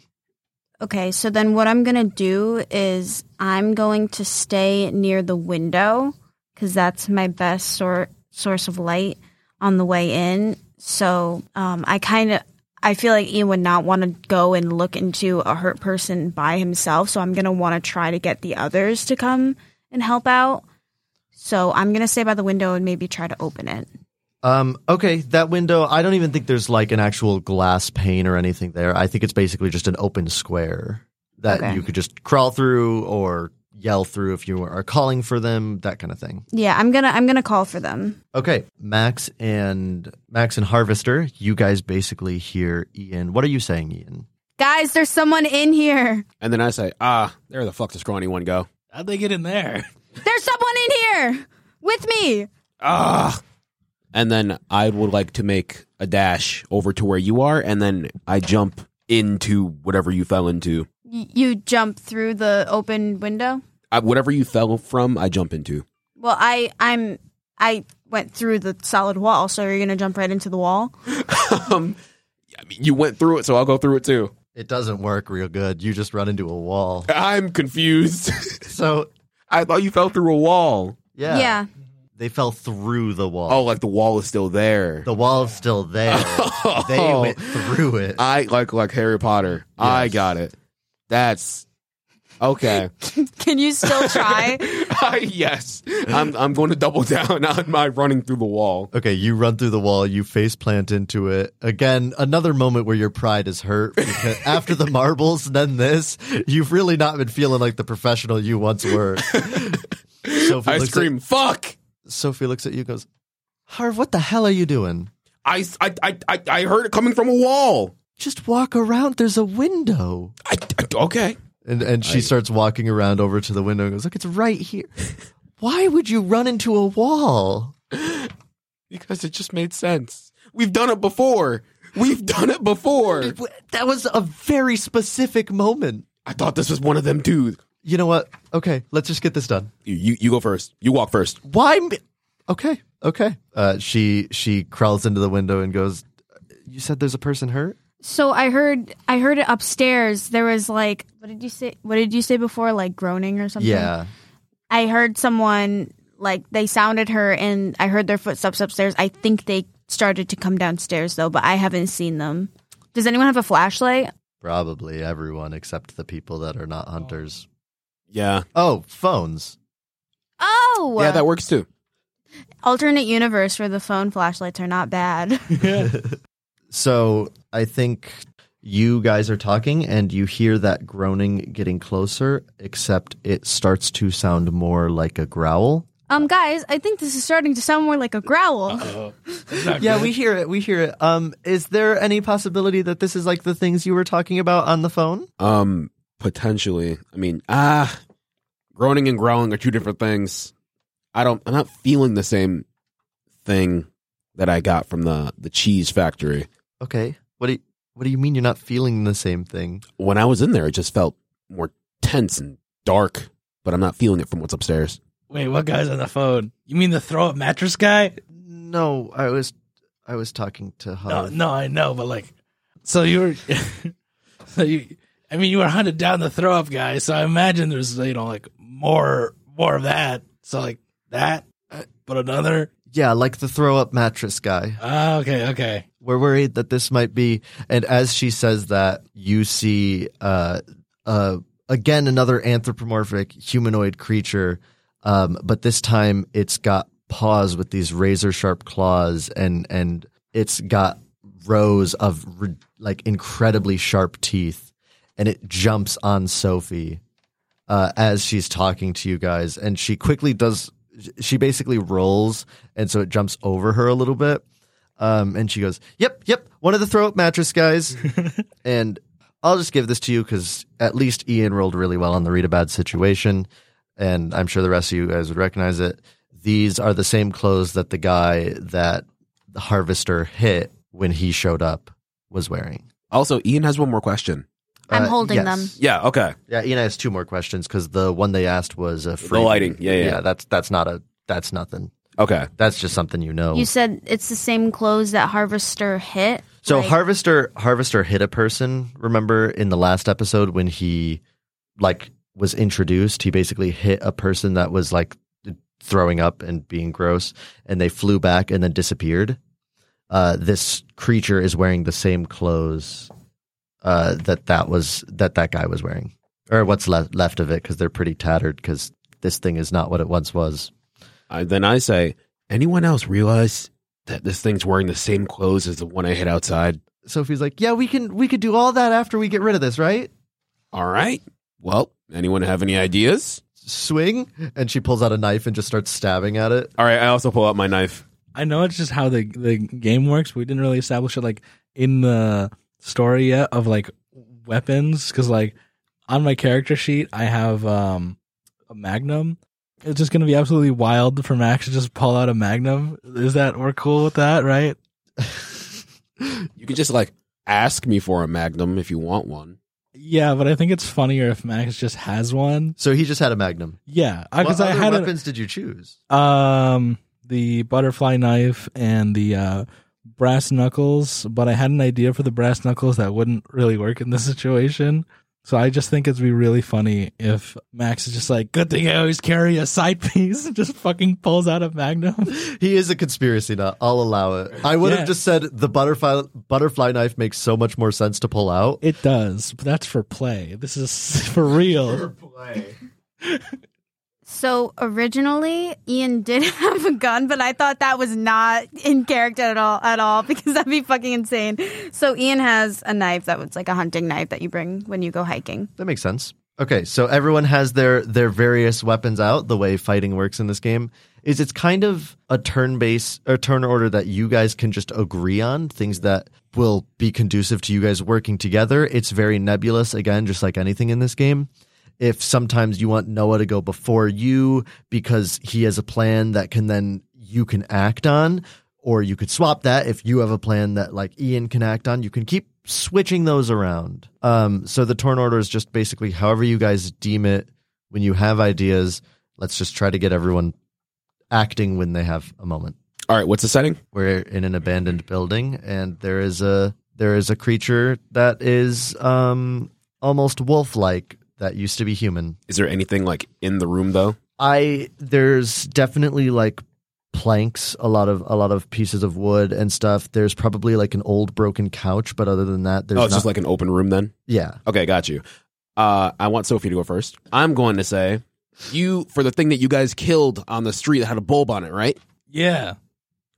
Okay, so then what I'm going to do is I'm going to stay near the window because that's my best sor- source of light on the way in. So um, I kind of. I feel like Ian would not want to go and look into a hurt person by himself, so I'm going to want to try to get the others to come and help out. So I'm going to stay by the window and maybe try to open it. Um, okay, that window, I don't even think there's like an actual glass pane or anything there. I think it's basically just an open square that Okay. you could just crawl through or yell through if you are calling for them, that kind of thing. Yeah, I'm going to I'm going to call for them. Okay, Max and Max and Harvester, you guys basically hear Ian. What are you saying, Ian? Guys, there's someone in here. And then I say, Ah, where the fuck does Scrawny One go? How'd they get in there? There's someone in here with me. Ah. And then I would like to make a dash over to where you are, and then I jump into whatever you fell into. Y- you jump through the open window I, Uh, whatever you fell from, I jump into. well i i'm i went through the solid wall so you're gonna jump right into the wall um, I mean, you went through it, so I'll go through it too. It doesn't work real good. You just run into a wall. I'm confused. *laughs* *laughs* So, I thought you fell through a wall. yeah. They fell through the wall. Oh, like the wall is still *laughs* there. Oh. the wall's still *laughs* there. they went through it. I like like Harry Potter. I Yes. got it. That's okay. can you still try *laughs* I- yes, I'm. I'm going to double *laughs* down on my running through the wall. Okay, you run through the wall, you face plant into it. Again, another moment where your pride is hurt. Because after the marbles, then this, you've really not been feeling like the professional you once were. Sophie, I looks scream, "Fuck!" At, Sophie looks at you and goes, Harv, what the hell are you doing? I, s- I, I, I- I heard it coming from a wall. Just walk around. There's a window. I, I- okay. And, and she starts walking around over to the window and goes, Look, it's right here. Why would you run into a wall? Because it just made sense. We've done it before. We've done it before. That was a very specific moment. I thought this was one of them too. You know what? Okay, let's just get this done. You, you, you go first. You walk first. why m- okay okay uh she she crawls into the window and goes you said there's a person hurt so i heard i heard it upstairs there was like what did you say what did you say before like groaning or something yeah i heard someone like they sounded her and i heard their footsteps upstairs i think they started to come downstairs though but i haven't seen them does anyone have a flashlight probably everyone except the people that are not hunters Yeah. oh phones oh Yeah, that works too. alternate universe where the phone flashlights are not bad. *laughs* so i think you guys are talking and you hear that groaning getting closer except it starts to sound more like a growl um, guys, I think this is starting to sound more like a growl. yeah we hear it we hear it um is there any possibility that this is like the things you were talking about on the phone Um, potentially. I mean, ah, groaning and growling are two different things. I don't. I'm not feeling the same thing that I got from the the cheese factory Okay. What do you, what do you mean you're not feeling the same thing? when I was in there. It just felt more tense and dark. But I'm not feeling it from what's upstairs. Wait, what guy's on the phone? You mean the throw up mattress guy? No, I was I was talking to Hov. no, I know, but like, so you were, *laughs* so you, I mean, you were hunted down the throw up guy. So I imagine there's you know like more more of that. So like that, but another. Yeah, like the throw up mattress guy. Ah, okay, okay. We're worried that this might be. And as she says that, you see uh, uh, again another anthropomorphic humanoid creature, um, but this time it's got paws with these razor sharp claws, and and it's got rows of re- like incredibly sharp teeth, and it jumps on Sophie uh, as she's talking to you guys, and she quickly does. She basically rolls, and so it jumps over her a little bit. Um, and she goes, "Yep, yep, one of the throw up mattress guys." and I'll just give this to you because at least Ian rolled really well on the read a bad situation, and I'm sure the rest of you guys would recognize it. These are the same clothes that the guy that the harvester hit when he showed up was wearing. Uh, Also, Ian has one more question. I'm holding them. Yeah. Okay. Yeah, Ian has two more questions because the one they asked was a free lighting. Yeah, yeah. That's that's not a that's nothing. Okay. That's just something you know. You said it's the same clothes that Harvester hit. So Like, harvester harvester hit a person. Remember in the last episode when he like was introduced, he basically hit a person that was like throwing up and being gross, and they flew back and then disappeared. Uh, this creature is wearing the same clothes uh, that that was that that guy was wearing, or what's left left of it because they're pretty tattered because this thing is not what it once was. I, then I say, anyone else realize that this thing's wearing the same clothes as the one I hid outside? Sophie's like, yeah, we can we could do all that after we get rid of this, right? All right. Well, anyone have any ideas? swing and she pulls out a knife and just starts stabbing at it. All right. I also pull out my knife. I know it's just how the the game works. We didn't really establish it like in the story yet of like weapons because like on my character sheet I have um a magnum. It's just gonna be absolutely wild for Max to just pull out a magnum. Is that we're cool with that, right? You can just like ask me for a magnum if you want one. Yeah, but I think it's funnier if Max just has one. So he just had a magnum. Yeah, What because Uh, I other had weapons did you choose? it, um the butterfly knife and the uh, brass knuckles, but I had an idea for the brass knuckles that wouldn't really work in this *laughs* situation. So I just think it'd be really funny if Max is just like, "Good thing I always carry a side *laughs* piece," and just fucking pulls out a magnum. *laughs* He is a conspiracy nut. I'll allow it. I would Yeah. have just said the butterfly butterfly knife makes so much more sense to pull out. It does, but that's for play. This is *laughs* for real. So originally, Ian did *laughs* have a gun, but I thought that was not in character at all, at all, because that'd be fucking insane. So Ian has a knife that was like a hunting knife that you bring when you go hiking. That makes sense. Okay, so everyone has their their various weapons out. The way fighting works in this game is it's kind of a turn base or turn order that you guys can just agree on things that will be conducive to you guys working together. It's very nebulous again, just like anything in this game. If sometimes you want Noah to go before you because he has a plan that can then you can act on, or you could swap that if you have a plan that like Ian can act on. You can keep switching those around. Um, so the turn order is just basically however you guys deem it. When you have ideas, let's just try to get everyone acting when they have a moment. All right. What's the setting? We're in an abandoned building, and there is a there is a creature that is um, almost wolf like that used to be human. Is there anything like in the room though? I there's definitely like planks, a lot of a lot of pieces of wood and stuff. There's probably like an old broken couch, but other than that, there's oh, it's not, just like an open room then. yeah. Okay, got you. Uh, I want Sophie to go first. I'm going to say you for the thing that you guys killed on the street that had a bulb on it, right? Yeah.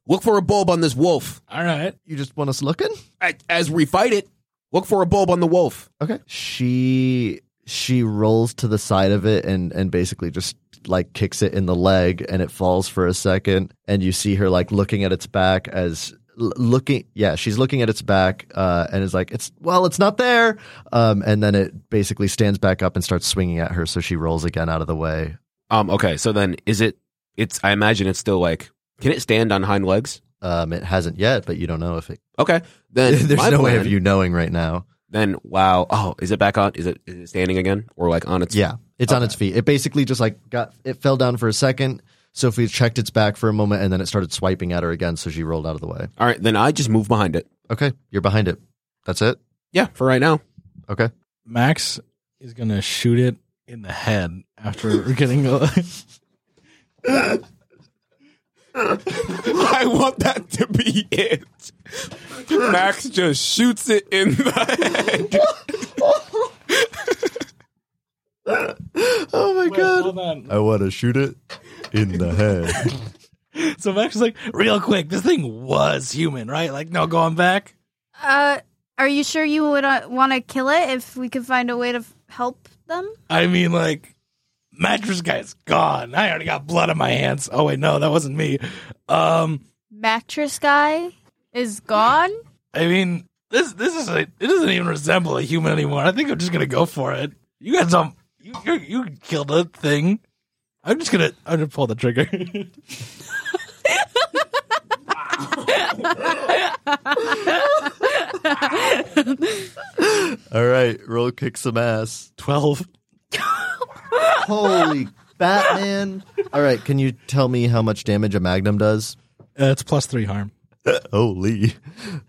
Look for a bulb on this wolf. All right. You just want us looking? A- As we fight it, look for a bulb on the wolf. Okay. She she rolls to the side of it and and basically just like kicks it in the leg and it falls for a second and you see her like looking at its back as l- looking yeah she's looking at its back uh and is like it's well it's not there um and then it basically stands back up and starts swinging at her so she rolls again out of the way Um. Okay. So then, is it It's I imagine it's still like can it stand on hind legs? Um, it hasn't yet, but you don't know if it. *laughs* Okay. Then There's my no way of plan- you knowing right now. Then wow. Oh, is it back on? Is it is it standing again or like on its Yeah, it's on its feet. It basically just like got it fell down for a second. Sophie checked its back for a moment, and then it started swiping at her again. So she rolled out of the way. All right, then I just move behind it. Okay, you're behind it. That's it. Yeah, for right now. Okay. Max is gonna shoot it in the head after *laughs* getting a. I want that to be it. Max just shoots it in the head. Oh my *laughs* Hold on. I want to shoot it in the head. So Max is like, real quick, this thing was human, right? Like, no going back. Uh, are you sure you would uh, want to kill it if we could find a way to f- help them? I mean, like, mattress guy's gone. I already got blood on my hands. Oh wait, no, that wasn't me. Um, Mattress guy is gone. I mean, this this is a it doesn't even resemble a human anymore. I think I'm just gonna go for it. You guys don't you you, you killed a thing. I'm just gonna I'm gonna pull the trigger. *laughs* *laughs* All right, roll kick some ass. Twelve. Holy Batman! All right, can you tell me how much damage a magnum does? Uh, it's plus three harm. *laughs* Holy.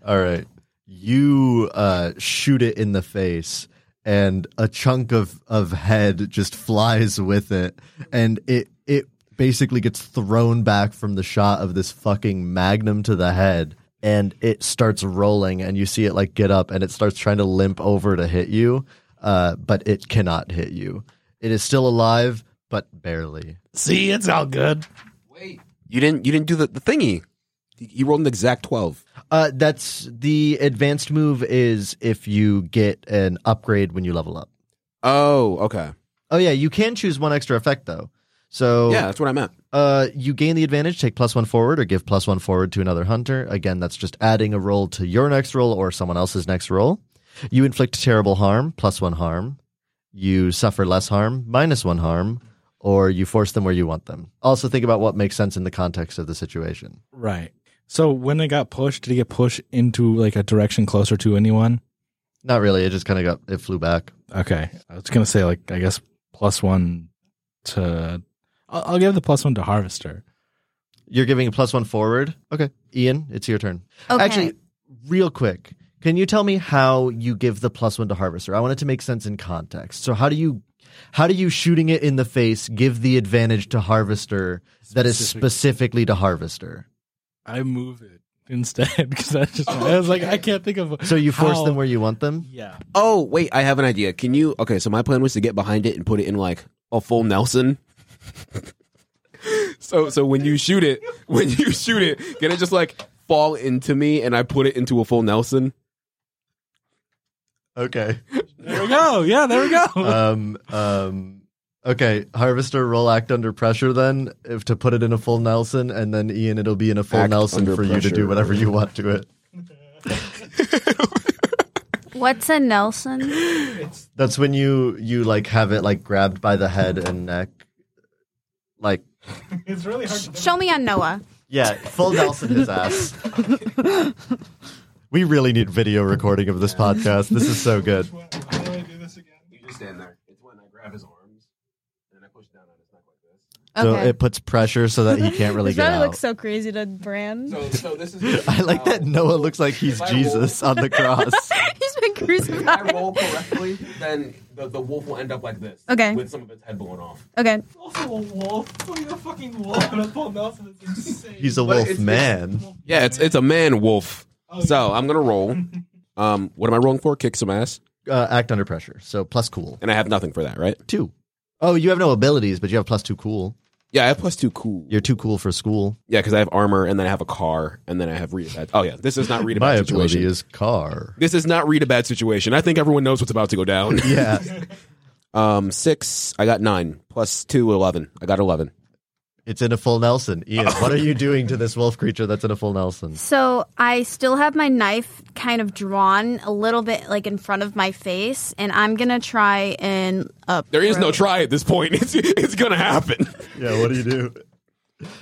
All right. You uh, shoot it in the face, and a chunk of, of head just flies with it, and it it basically gets thrown back from the shot of this fucking magnum to the head, and it starts rolling, and you see it like get up, and it starts trying to limp over to hit you, uh, but it cannot hit you. It is still alive, but barely. See, it's all good. You didn't you didn't do the, the thingy. You rolled an exact twelve. Uh, that's the advanced move is if you get an upgrade when you level up. Oh, okay. Oh yeah, you can choose one extra effect though. So Yeah, that's what I meant. uh, you gain the advantage, take plus one forward, or give plus one forward to another hunter. Again, that's just adding a roll to your next roll or someone else's next roll. You inflict terrible harm, plus one harm. You suffer less harm, minus one harm, or you force them where you want them. Also, think about what makes sense in the context of the situation. Right. So when it got pushed, did it get pushed into like a direction closer to anyone? Not really. It just kind of got it flew back. Okay, I was gonna say like I guess plus one to. I'll, I'll give the plus one to Harvester. You're giving a plus one forward. Okay, Ian, it's your turn. Okay. Actually, real quick, can you tell me how you give the plus one to harvester? I want it to make sense in context. So how do you how do you shooting it in the face give the advantage to harvester that is Specific- specifically to harvester? I move it instead *laughs* because that's just I was like I can't think of. So you force how- them where you want them? Yeah. Oh, wait, I have an idea. Can you okay, so my plan was to get behind it and put it in like a full Nelson. *laughs* so so when you shoot it when you shoot it, can it just like fall into me and I put it into a full Nelson? Okay. There we go. Yeah, there *laughs* we go. Um um Okay, harvester roll act under pressure then if to put it in a full Nelson and then Ian it'll be in a full Act Nelson under for you to do pressure. whatever you want to it. What's a Nelson? That's when you you like have it like grabbed by the head and neck like it's really hard. To- Show me on Noah. Yeah, full Nelson his ass. we really need video recording of this podcast. This is so good. How do I do this again? You just stand there. It's when I grab his arms and then I push down on his neck like this. Okay. So it puts pressure so that he can't really get out. so crazy to Brand. so this is *laughs* um, I like that Noah looks like he's If I roll- Jesus on the *laughs* cross. *laughs* He's been I crucified. roll correctly, then the, the wolf will end up like this. Okay. With some of its head blown off. Okay. Also a wolf. Putting a fucking wolf in a full Nelson is insane. He's a But wolf it's- man. Yeah, it's it's a man wolf. So I'm gonna roll. Um, what am I rolling for? Kick some ass, Uh, act under pressure. So plus cool. and I have nothing for that, right? Two. Oh, you have no abilities, but you have plus two cool. Yeah, I have plus two cool. You're too cool for school. Yeah, because I have armor, and then I have a car, and then I have read. a bad- Oh yeah, this is not read a My bad ability situation. is car. This is not read a bad situation. I think everyone knows what's about to go *laughs* down. Yeah. Um, six. I got nine plus two, eleven. I got eleven. It's in a full Nelson. Ian, what are you doing to this wolf creature that's in a full Nelson? So I still have my knife kind of drawn a little bit like in front of my face, and I'm gonna try and up. *laughs* *laughs* There is no try at this point. It's it's gonna happen. Yeah, what do you do?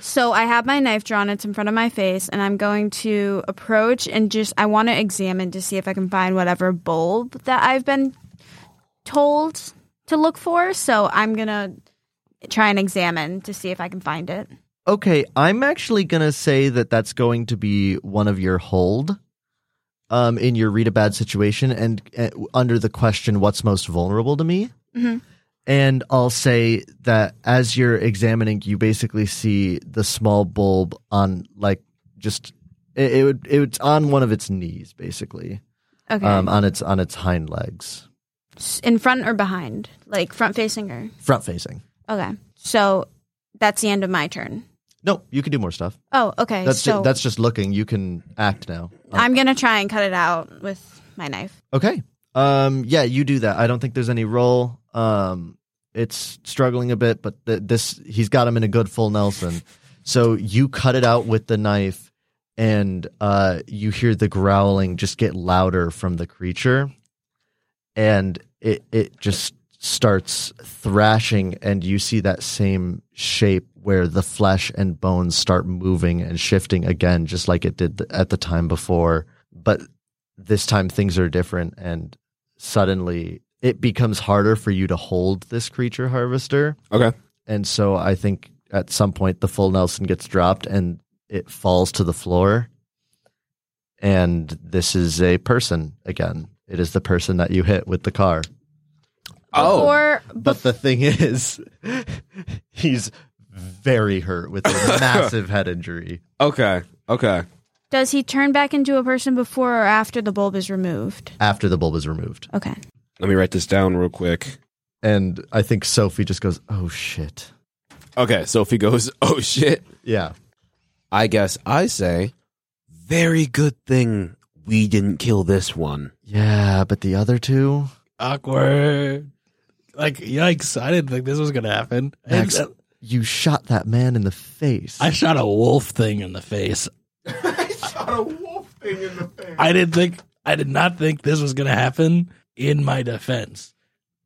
So I have my knife drawn. It's in front of my face, and I'm going to approach and just I want to examine to see if I can find whatever bulb that I've been told to look for. So I'm gonna try and examine to see if I can find it. Okay, I'm actually going to say that that's going to be one of your hold um, in your read a bad situation and uh, under the question, what's most vulnerable to me? Mhm. And I'll say that as you're examining, you basically see the small bulb on like just it, it would it's on one of its knees basically Okay, um, on its on its hind legs, S- in front or behind, like front facing or front facing. okay. So that's the end of my turn. No, you can do more stuff. Oh, okay. That's so ju- that's just looking. You can act now. I'm gonna try and cut it out with my knife. Okay. Um. Yeah, you do that. I don't think there's any roll. Um. It's struggling a bit, but th- this he's got him in a good full Nelson. So you cut it out with the knife, and uh, you hear the growling just get louder from the creature, and it it just starts thrashing, and you see that same shape where the flesh and bones start moving and shifting again, just like it did th- at the time before. But this time things are different and suddenly it becomes harder for you to hold this creature harvester Okay. and so i think at some point the full nelson gets dropped and it falls to the floor and this is a person again it is the person that you hit with the car Uh, Oh. Or but the thing is *laughs* he's very hurt with a massive head injury Okay. Okay. Does he turn back into a person before or after the bulb is removed? after the bulb is removed Okay. Let me write this down real quick. and i think sophie just goes oh shit Okay. Sophie *laughs* goes, oh shit. yeah I guess I say, very good thing we didn't kill this one. yeah but the other two Awkward. Like, yikes! I didn't think this was gonna happen. I didn't- Max- You shot that man in the face. I shot a wolf thing in the face. I didn't think I did not think this was gonna happen in my defense.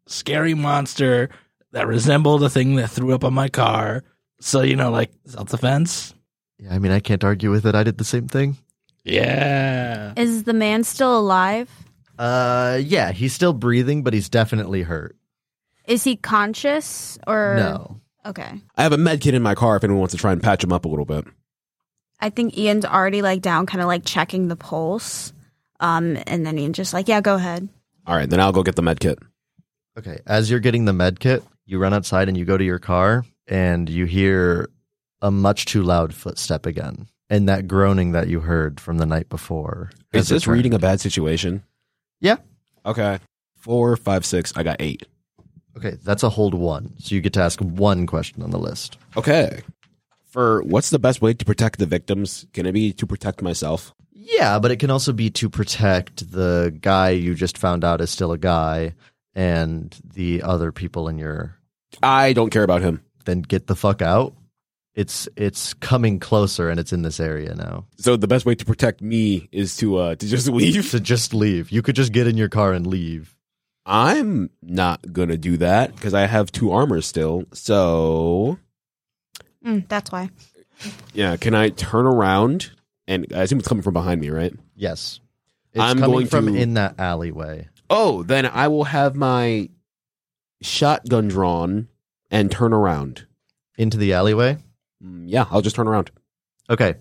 Scary monster that resembled a thing that threw up on my car. So you know, like self defense. yeah, I mean, I can't argue with it. I did the same thing. Yeah. Is the man still alive? Uh, yeah, he's still breathing, but he's definitely hurt. Is he conscious or No, Okay. I have a med kit in my car if anyone wants to try and patch him up a little bit. I think Ian's already like down kind of like checking the pulse. Um and then Ian's just like, "Yeah, go ahead." All right, then I'll go get the med kit. Okay, as you're getting the med kit, you run outside and you go to your car, and you hear a much too loud footstep again, and that groaning that you heard from the night before. Is has this returned. reading a bad situation? Yeah. Okay. Four, five, six. I got eight. Okay, that's a hold one, so you get to ask one question on the list. Okay. For what's the best way to protect the victims? Can it be to protect myself? Yeah, but it can also be to protect the guy you just found out is still a guy and the other people in your I don't care about him. then get the fuck out. It's it's coming closer and it's in this area now. So the best way to protect me is to uh to just *laughs* leave. To just leave. You could just get in your car and leave. I'm not gonna do that because I have two armors still. So Mm, that's why. yeah, can I turn around? And I assume it's coming from behind me, right? Yes. It's I'm coming going from to- in that alleyway. Oh, then I will have my shotgun drawn and turn around. Into the alleyway? Mm, Yeah, I'll just turn around. Okay.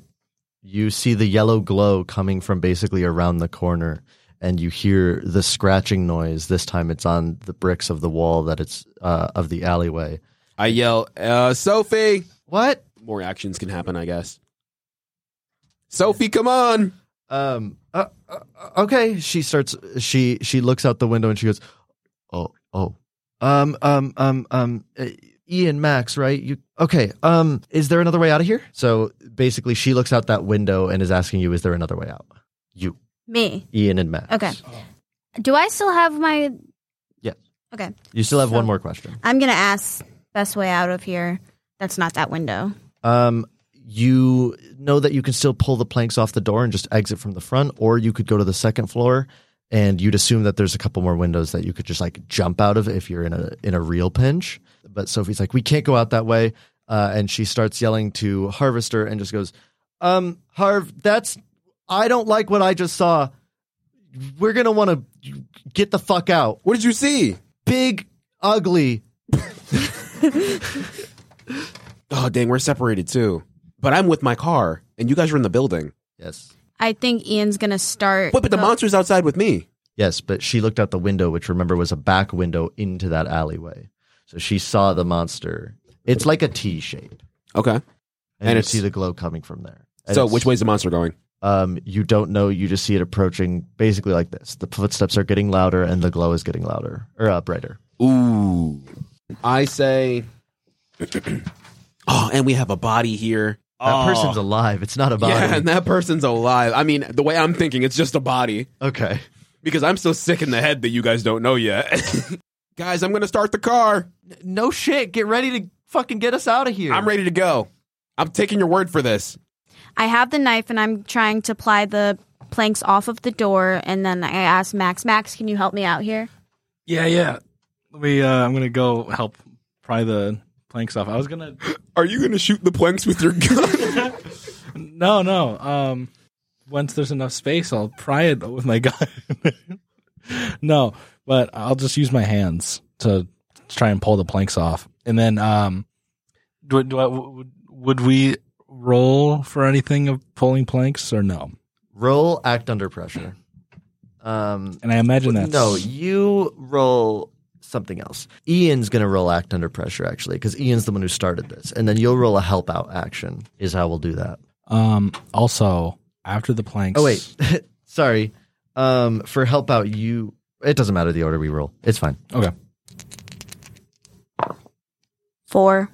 You see the yellow glow coming from basically around the corner, and you hear the scratching noise. This time it's on the bricks of the wall that it's uh, of the alleyway. I yell, uh, Sophie. What? More actions can happen, I guess. Sophie, come on. Um. Uh, uh, okay. She starts. She she looks out the window and she goes, "Oh oh. Um um um um. uh, Ian Max, right? You okay? Um. Is there another way out of here? So basically, she looks out that window and is asking you, "Is there another way out? You, Me. Ian and Max. Okay. Do I still have my Yes. Okay. You still have one So- more question. I'm going to ask best way out of here. That's not that window. Um. You know that you can still pull the planks off the door and just exit from the front, or you could go to the second floor. and you'd assume that there's a couple more windows that you could just like jump out of if you're in a in a real pinch. But Sophie's like, we can't go out that way. uh, and she starts yelling to Harvester and just goes, um, Harv, that's I don't like what I just saw. We're gonna want to get the fuck out. What did you see? Big, ugly. Oh dang, we're separated too. But I'm with my car, and you guys are in the building. Yes, I think Ian's gonna start. Wait, but the go- monster's outside with me. yes, but she looked out the window, which remember was a back window into that alleyway. So she saw the monster. It's like a T shape, Okay. and, And you it's- see the glow coming from there. And So it's- which way's the monster going? Um, you don't know. You just see it approaching, basically like this. The footsteps are getting louder, and the glow is getting louder or uh, brighter. Ooh. I say *clears throat* Oh, and we have a body here. That Oh. person's alive. It's not a body. Yeah, and that person's alive. I mean, the way I'm thinking, it's just a body *laughs* Okay. because I'm so sick in the head that you guys don't know yet. *laughs* guys, I'm going to start the car. No shit. Get ready to fucking get us out of here. I'm ready to go. I'm taking your word for this. I have the knife and I'm trying to ply the planks off of the door. And then I ask Max, Max, can you help me out here? Yeah, yeah. Let me. Uh, I'm gonna go help pry the planks off. I was gonna. Are you going to shoot the planks with your gun? No, no. Um, once there's enough space, I'll pry it with my *laughs* gun. no, but I'll just use my hands to try and pull the planks off, and then um, do do I would would we roll for anything of pulling planks or no? roll act under pressure. Um And I imagine that's no, you roll something else. Ian's going to roll act under pressure actually cuz Ian's the one who started this. And then you'll roll a help out action is how we'll do that. Um, also after the planks. Oh wait. *laughs* Sorry. Um for help out you it doesn't matter the order we roll. It's fine. Okay. Four.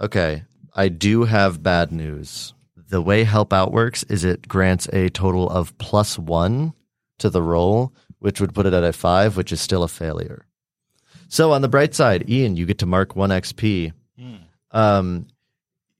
Okay. I do have bad news. The way help out works is it grants a total of plus one to the roll, which would put it at a five, which is still a failure. So on the bright side, Ian, you get to mark one XP. Um,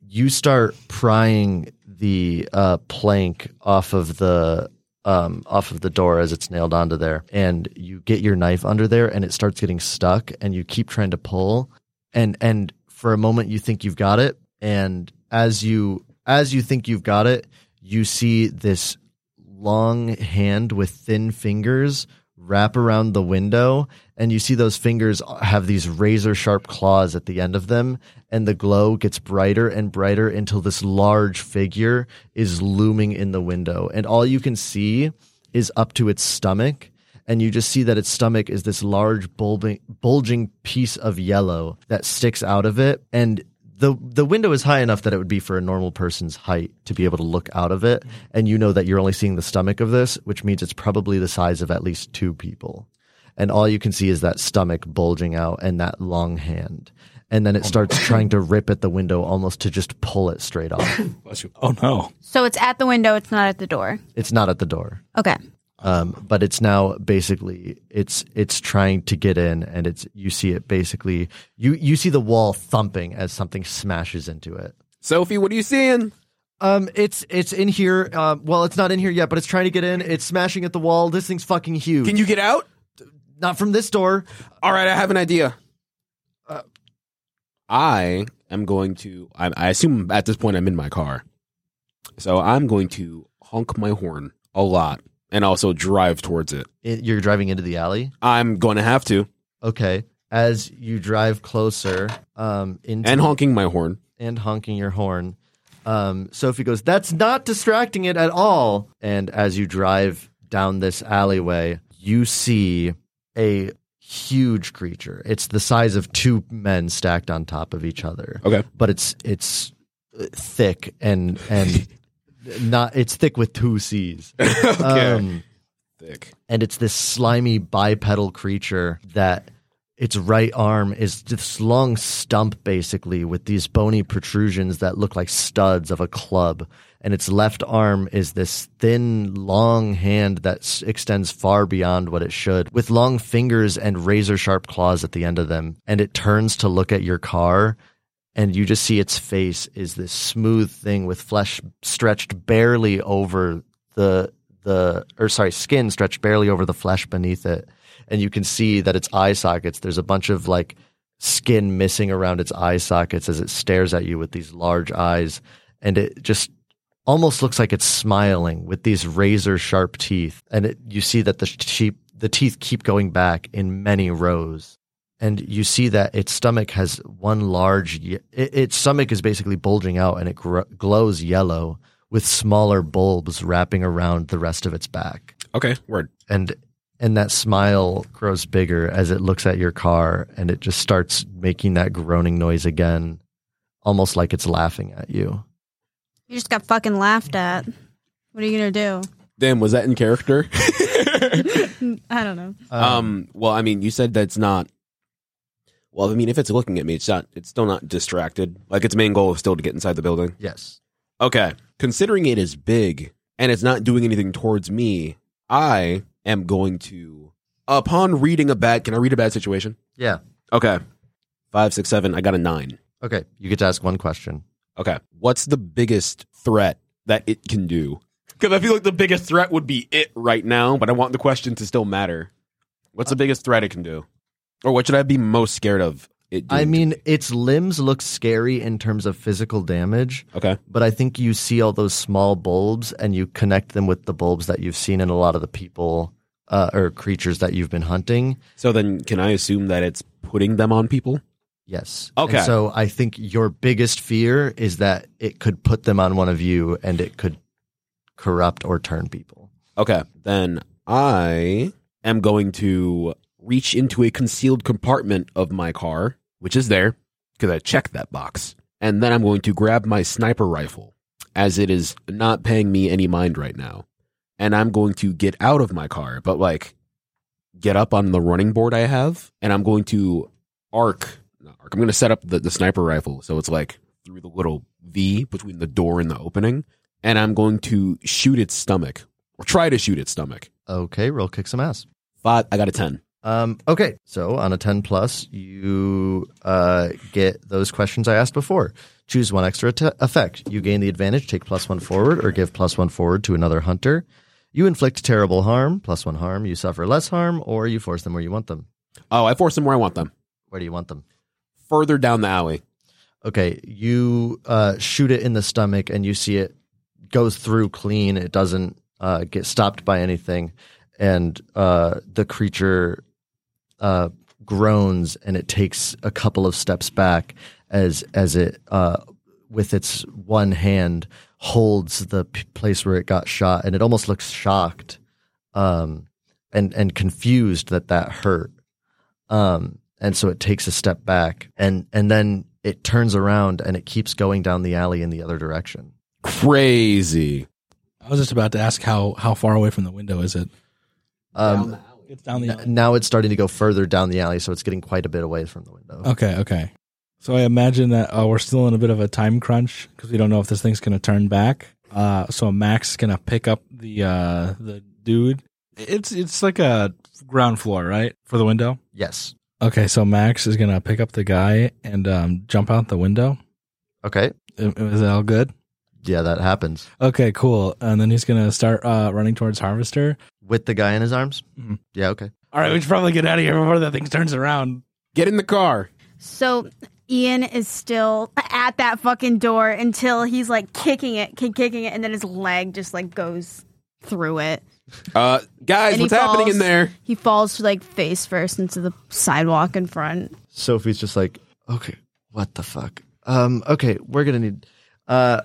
you start prying the uh, plank off of the um, off of the door as it's nailed onto there, and you get your knife under there, and it starts getting stuck, and you keep trying to pull, and and for a moment you think you've got it and as you as you think you've got it you see this long hand with thin fingers wrap around the window and you see those fingers have these razor sharp claws at the end of them and the glow gets brighter and brighter until this large figure is looming in the window and all you can see is up to its stomach and you just see that its stomach is this large bulbing, bulging piece of yellow that sticks out of it and the the window is high enough that it would be for a normal person's height to be able to look out of it and you know that you're only seeing the stomach of this which means it's probably the size of at least two people and all you can see is that stomach bulging out and that long hand and then it starts trying to rip at the window almost to just pull it *laughs* straight off Bless you. *laughs* Oh no. So it's at the window, it's not at the door. it's not at the door Okay. um, but it's now basically it's it's trying to get in and it's you see it basically you you see the wall thumping as something smashes into it *laughs* Sophie, what are you seeing? um it's it's in here um well it's not in here yet but it's trying to get in it's smashing at the wall this thing's fucking huge Can you get out? not from this door All right, I have an idea. Uh, I am going to. I, I assume at this point I'm in my car, so I'm going to honk my horn a lot and also drive towards it. It- you're driving into the alley I'm going to have to, okay as you drive closer um into and honking my horn. and honking your horn. Um, Sophie goes, That's not distracting it at all. And as you drive down this alleyway, you see a huge creature. It's the size of two men stacked on top of each other. Okay. But it's it's uh, thick and *laughs* and not it's thick with two C's. *laughs* Okay. Um, Thick. and it's this slimy bipedal creature that its right arm is this long stump basically with these bony protrusions that look like studs of a club and its left arm is this thin long hand that s- extends far beyond what it should with long fingers and razor sharp claws at the end of them and it turns to look at your car and you just see its face is this smooth thing with flesh stretched barely over the the or sorry skin stretched barely over the flesh beneath it and you can see that its eye sockets there's a bunch of like skin missing around its eye sockets as it stares at you with these large eyes. And it just almost looks like it's smiling with these razor sharp teeth. And it, you see that the, sheep, the teeth keep going back in many rows. And you see that its stomach has one large, ye- it, its stomach is basically bulging out and it gr- glows yellow with smaller bulbs wrapping around the rest of its back Okay, word. and and that smile grows bigger as it looks at your car and it just starts making that groaning noise again almost like it's laughing at you You just got fucking laughed at. What are you going to Damn, was that in character? do? *laughs* I don't know. um, well, I mean, you said that's not. Well, I mean, if it's looking at me, it's not. It's still not distracted. Like its main goal is still to get inside the building. yes Okay, considering it is big and it's not doing anything towards me, I am going to. Upon reading a bad, can I read a bad situation? yeah Okay, five, six, seven. I got a nine. okay you get to ask one question Okay, what's the biggest threat that it can do? Because I feel like the biggest threat would be it right now, but I want the question to still matter. What's Uh, the biggest threat it can do, or what should I be most scared of? It. doing i to mean me? its limbs look scary in terms of physical damage okay. but i think you see all those small bulbs and you connect them with the bulbs that you've seen in a lot of the people uh, or creatures that you've been hunting So then, can I assume that it's putting them on people? Yes. Okay. And so I think your biggest fear is that it could put them on one of you and it could corrupt or turn people. Okay, then I am going to reach into a concealed compartment of my car, which is there because I checked that box. And then I'm going to grab my sniper rifle as it is not paying me any mind right now. And I'm going to get out of my car, but like get up on the running board I have and I'm going to arc. Not arc I'm going to set up the, the sniper rifle. So it's like through the little V between the door and the opening. And I'm going to shoot its stomach or try to shoot its stomach. Okay, roll kick some ass. Five, I got a 10. Um, okay, so on a 10 plus, you uh, get those questions I asked before. Choose one extra att- effect. You gain the advantage, take plus one forward, or give plus one forward to another hunter. You inflict terrible harm, plus one harm. You suffer less harm, or you force them where you want them. Oh, I force them where I want them. Where do you want them? Further down the alley. okay, you uh, shoot it in the stomach and you see it goes through clean. It doesn't uh, get stopped by anything. And uh, the creature uh, groans and it takes a couple of steps back as, as it, uh, with its one hand, holds the p- place where it got shot. And it almost looks shocked um, and, and confused that that hurt um, and so it takes a step back and and then it turns around and it keeps going down the alley in the other direction Crazy. I was just about to ask how how far away from the window is it? um, It's down the. n- now it's starting to go further down the alley so it's getting quite a bit away from the window Okay, okay. So I imagine that uh, we're still in a bit of a time crunch because we don't know if this thing's going to turn back. Uh, so Max is going to pick up the uh, the dude. It's it's like a ground floor, right, for the window. yes Okay, so Max is going to pick up the guy and um, jump out the window. okay Is is that all good? yeah that happens Okay, cool. And then he's going to start uh, running towards Harvester. with the guy in his arms Mhm. yeah okay All right, we should probably get out of here before that thing turns around. Get in the car. So Ian is still at that fucking door until he's like kicking it, kick- kicking it, and then his leg just like goes through it. Uh, guys, And he what's happening falls. in there? He falls like face first into the sidewalk in front. sophie's just like okay what the fuck um okay we're gonna need uh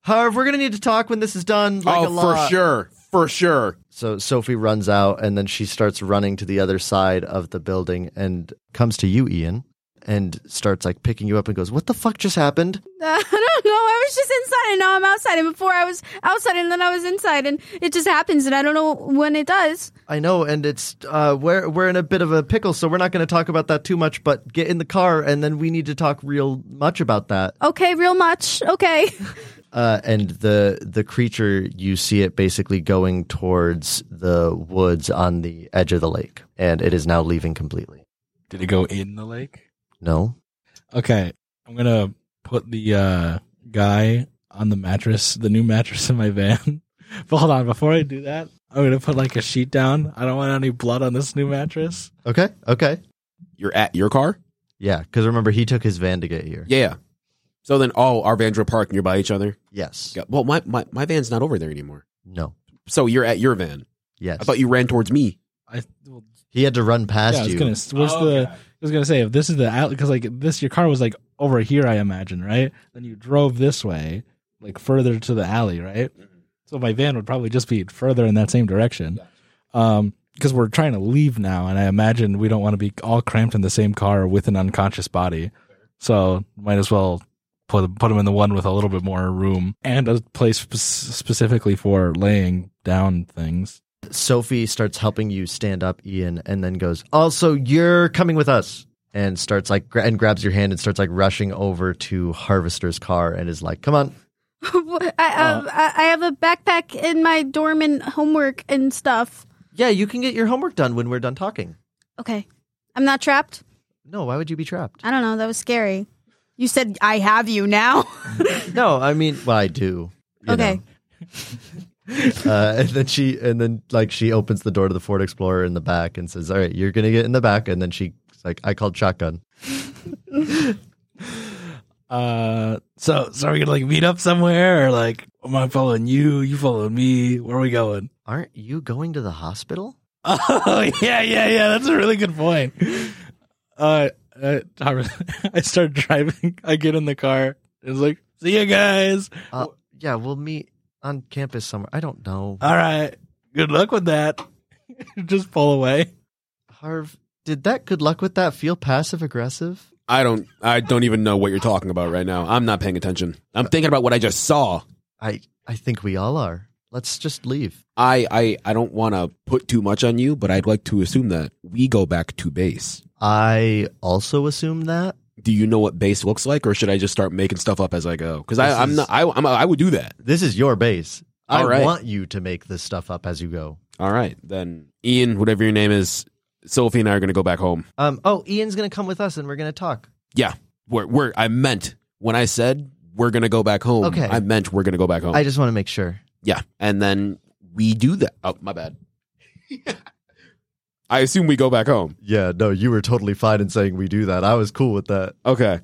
harv we're gonna need to talk when this is done like a oh, for lot. sure. For sure. So Sophie runs out and then she starts running to the other side of the building and comes to you, Ian, and starts like picking you up and goes, What the fuck just happened? *laughs* I don't know. I was just inside, and now I'm outside. And before I was outside, and then I was inside, and it just happens, and I don't know when it does. I know, and it's uh we're we're in a bit of a pickle, so we're not gonna talk about that too much, but get in the car and then we need to talk real much about that. Okay, real much. Okay. *laughs* Uh and the the creature you see it basically going towards the woods on the edge of the lake, and it is now leaving completely. Did it go in the lake? No? Okay, I'm gonna put the uh, guy on the mattress, the new mattress in my van. *laughs* but hold on, before I do that, I'm gonna put like a sheet down. I don't want any blood on this new mattress. Okay, okay. You're at your car? Yeah, because remember he took his van to get here. Yeah. So then, oh, our vans were parked nearby each other. Yes. Got- Well, my, my, my van's not over there anymore. No. So you're at your van. Yes. I thought you ran towards me. I, well, he had to run past yeah, I was you. gonna. What's the? I was gonna say if this is the outlet because like this, your car was like over here, I imagine, right? Then you drove this way, like further to the alley, right? So my van would probably just be further in that same direction, Um because we're trying to leave now, and I imagine we don't want to be all cramped in the same car with an unconscious body, so might as well put put them in the one with a little bit more room and a place spe- specifically for laying down things. Sophie starts helping you stand up, Ian, and then goes, "Also, you're coming with us." And starts like gra- and grabs your hand and starts like rushing over to Harvester's car and is like, "Come on, What- I, uh, I I have a backpack in my dorm and homework and stuff. yeah, you can get your homework done when we're done talking." Okay, I'm not trapped. No, why would you be trapped? I don't know. That was scary. You said I have you now. *laughs* *laughs* No, I mean, well, I do. you okay. know. Uh, and then she and then like she opens the door to the Ford Explorer in the back and says, "All right, you're gonna get in the back." And then she's like, "I called shotgun." Uh, so so are we gonna like meet up somewhere or like am I following you? You following me? Where are we going? *laughs* Aren't you going to the hospital? Oh yeah yeah yeah, that's a really good point. Uh, uh Tyler, I *laughs* start driving. I get in the car. It's like see you guys. Uh, yeah, we'll Uh meet on campus somewhere. I don't know. All right, good luck with that. *laughs* Just pull away. Harv, did that good luck with that feel passive aggressive? I don't I don't even know what you're talking about right now. I'm not paying attention. I'm thinking about what I just saw. I I think we all are. Let's just leave. I I, I don't want to put too much on you, but I'd like to assume that we go back to base. I also assume that. Do you know what base looks like, or should I just start making stuff up as I go? Because This I'm is- not I I'm, I would do that. This is your base. I All right. want you to make this stuff up as you go. All right, then Ian, whatever your name is, Sophie and I are going to go back home. Um oh, Ian's going to come with us and we're going to talk. We're, we're I meant when I said we're going to go back home. Okay. I meant we're going to go back home. I just want to make sure. Yeah, and then we do that. Oh, my *laughs* bad. I assume we go back home. Yeah, no, you were totally fine in saying we do that. I was cool with that. Okay.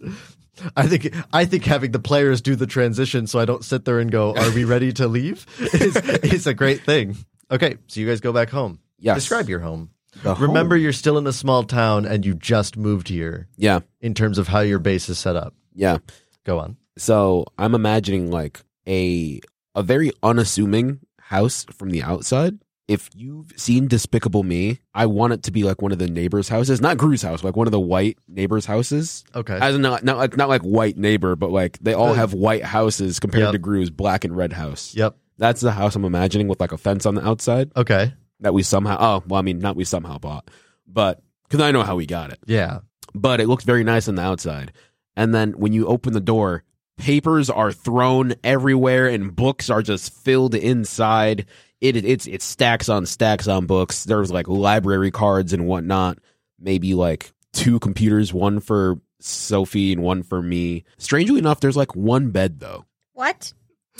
I think I think having the players do the transition so I don't sit there and go, "Are we ready to leave?" *laughs* is, is a great thing. Okay, so you guys go back home. Yes. Describe your home. The Remember, home. you're still in a small town and you just moved here Yeah. in terms of how your base is set up. Yeah. Go on. So I'm imagining like a a very unassuming house from the outside. If you've seen Despicable Me, I want it to be like one of the neighbors' houses, not Gru's house, like one of the white neighbors' houses. Okay. As in not not like not like white neighbor, but like they all Good. have white houses compared Yep. to Gru's black and red house. yep. That's the house I'm imagining with like a fence on the outside. Okay. that we somehow oh well i mean not we somehow bought but because i know how we got it Yeah. but it looked very nice on the outside and then when you open the door papers are thrown everywhere and books are just filled inside it it's it's stacks on stacks on books there's like library cards and whatnot maybe like two computers one for sophie and one for me strangely enough there's like one bed though What?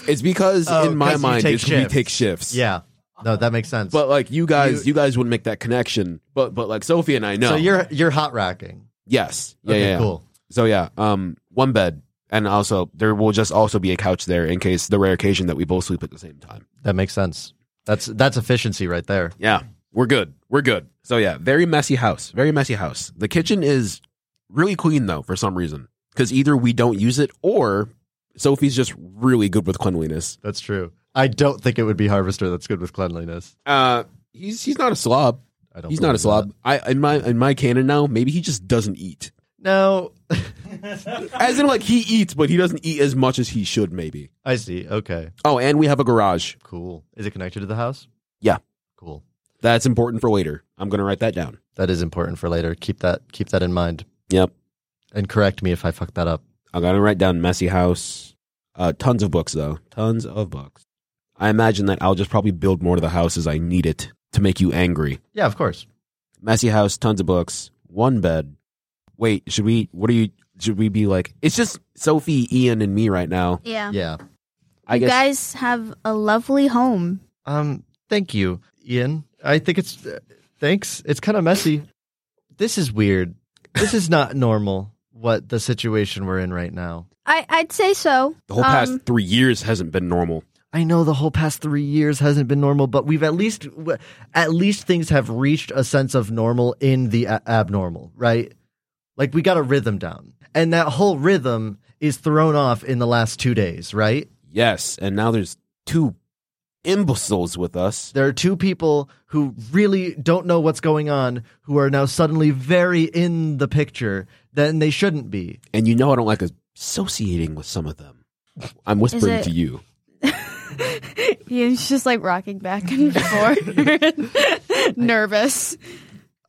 it's because Oh, in my 'cause you mind take it's shifts. we take shifts Yeah. No, that makes sense. but like you guys, you, guys wouldn't make that connection. But but like Sophie and I know. so you're you're hot racking. yes, yeah, Okay. yeah, yeah. Cool. So yeah, um, one bed, and also there will just also be a couch there in case the rare occasion that we both sleep at the same time. That makes sense. That's that's efficiency right there. Yeah, we're good. We're good. So yeah, very messy house. Very messy house. The kitchen is really clean though for some reason because either we don't use it or Sophie's just really good with cleanliness. That's true. I don't think it would be Harvester that's good with cleanliness. Uh, he's he's not a slob. I don't. He's not a slob. believe I in my in my canon now, maybe he just doesn't eat. that. No. As in, like he eats, but he doesn't eat as much as he should. Maybe. I see. Okay. Oh, and we have a garage. Cool. Is it connected to the house? Yeah. Cool. That's important for later. I'm gonna write that down. That is important for later. Keep that keep that in mind Yep, and correct me if I fuck that up. I'm gonna write down messy house. Uh, tons of books though. Tons of books. I imagine that I'll just probably build more to the house as I need it to make you angry. Yeah, of course. Messy house, tons of books, one bed. Wait, should we? What are you? Should we be like? It's just Sophie, Ian, and me right now. Yeah. Yeah. I you guess. guys have a lovely home. Um, thank you, Ian. I think it's uh, thanks. It's kind of messy. This is weird. This is not *laughs* normal. What the situation we're in right now. I, I'd say so. The whole past Um, three years hasn't been normal. I know the whole past three years hasn't been normal, but we've at least w- at least things have reached a sense of normal in the a- abnormal, right? Like we got a rhythm down, and that whole rhythm is thrown off in the last two days, right? Yes, and now there's two imbeciles with us. There are two people who really don't know what's going on, who are now suddenly very in the picture. Then they shouldn't be. And you know I don't like associating with some of them. I'm whispering it- to you. *laughs* Ian's just like rocking back and *laughs* forth, *laughs* nervous.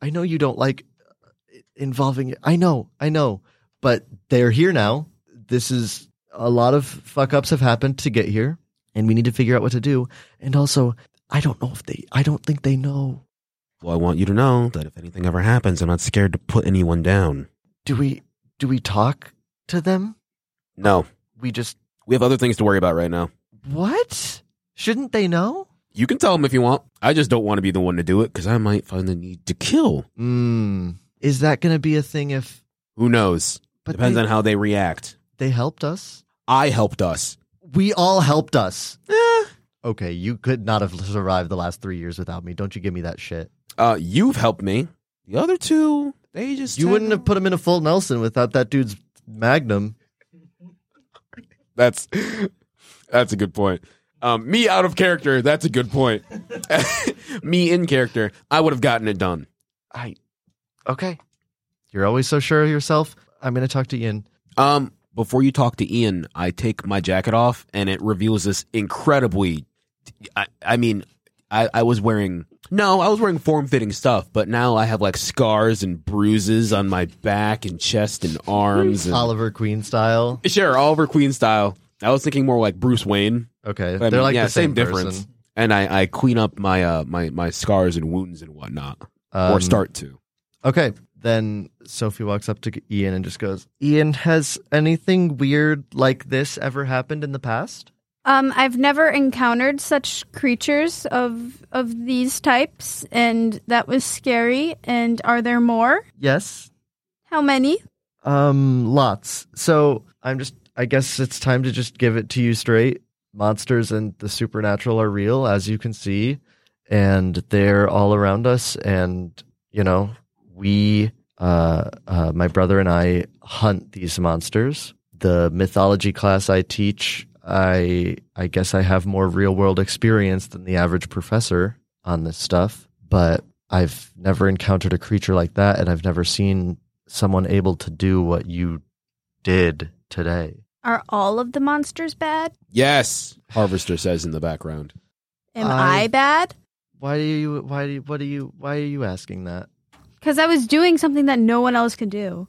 I know you don't like uh, involving it. I know, I know, but they're here now. This is a lot of fuck ups have happened to get here, and we need to figure out what to do. And also, I don't know if they. I don't think they know. Well, I want you to know that if anything ever happens, I'm not scared to put anyone down. Do we? Do we talk to them? No, We just we have other things to worry about right now. what? Shouldn't they know? You can tell them if you want. I just don't want to be the one to do it because I might find the need to kill. Mm, is that going to be a thing? If Who knows? but Depends they, on how they react. they helped us. I helped us. We all helped us. Eh. Okay, you could not have survived the last three years without me. Don't you give me that shit. Uh, you've helped me. The other two, they just You wouldn't *laughs* have put him in a full Nelson without that dude's magnum. That's that's a good point. Um, me out of character. That's a good point. *laughs* me in character. I would have gotten it done. I okay. You're always so sure of yourself. I'm gonna talk to Ian. Um, before you talk to Ian, I take my jacket off, and it reveals this incredibly. I, I mean, I, I was wearing no, I was wearing form fitting stuff, but now I have like scars and bruises on my back and chest and arms. And, Oliver Queen style. sure, Oliver Queen style. I was thinking more like Bruce Wayne. Okay, but I they're mean, like yeah, the same, difference. person. And I, I clean up my uh my my scars and wounds and whatnot, or Um, start to. Okay, then Sophie walks up to Ian and just goes, "Ian, has anything weird like this ever happened in the past?" Um, I've never encountered such creatures of of these types, and that was scary. And are there more? Yes. How many? Um, lots. So I'm just. I guess it's time to just give it to you straight. Monsters and the supernatural are real, as you can see, and they're all around us. And you know, we, uh, uh, my brother and I, hunt these monsters. The mythology class I teach, I, I guess I have more real world experience than the average professor on this stuff. But I've never encountered a creature like that, and I've never seen someone able to do what you did today. Are all of the monsters bad? Yes, Harvester says in the *laughs* background. Am I- I bad? Why do you? Why do? You, what do you? Why are you asking that? Because I was doing something that no one else could do.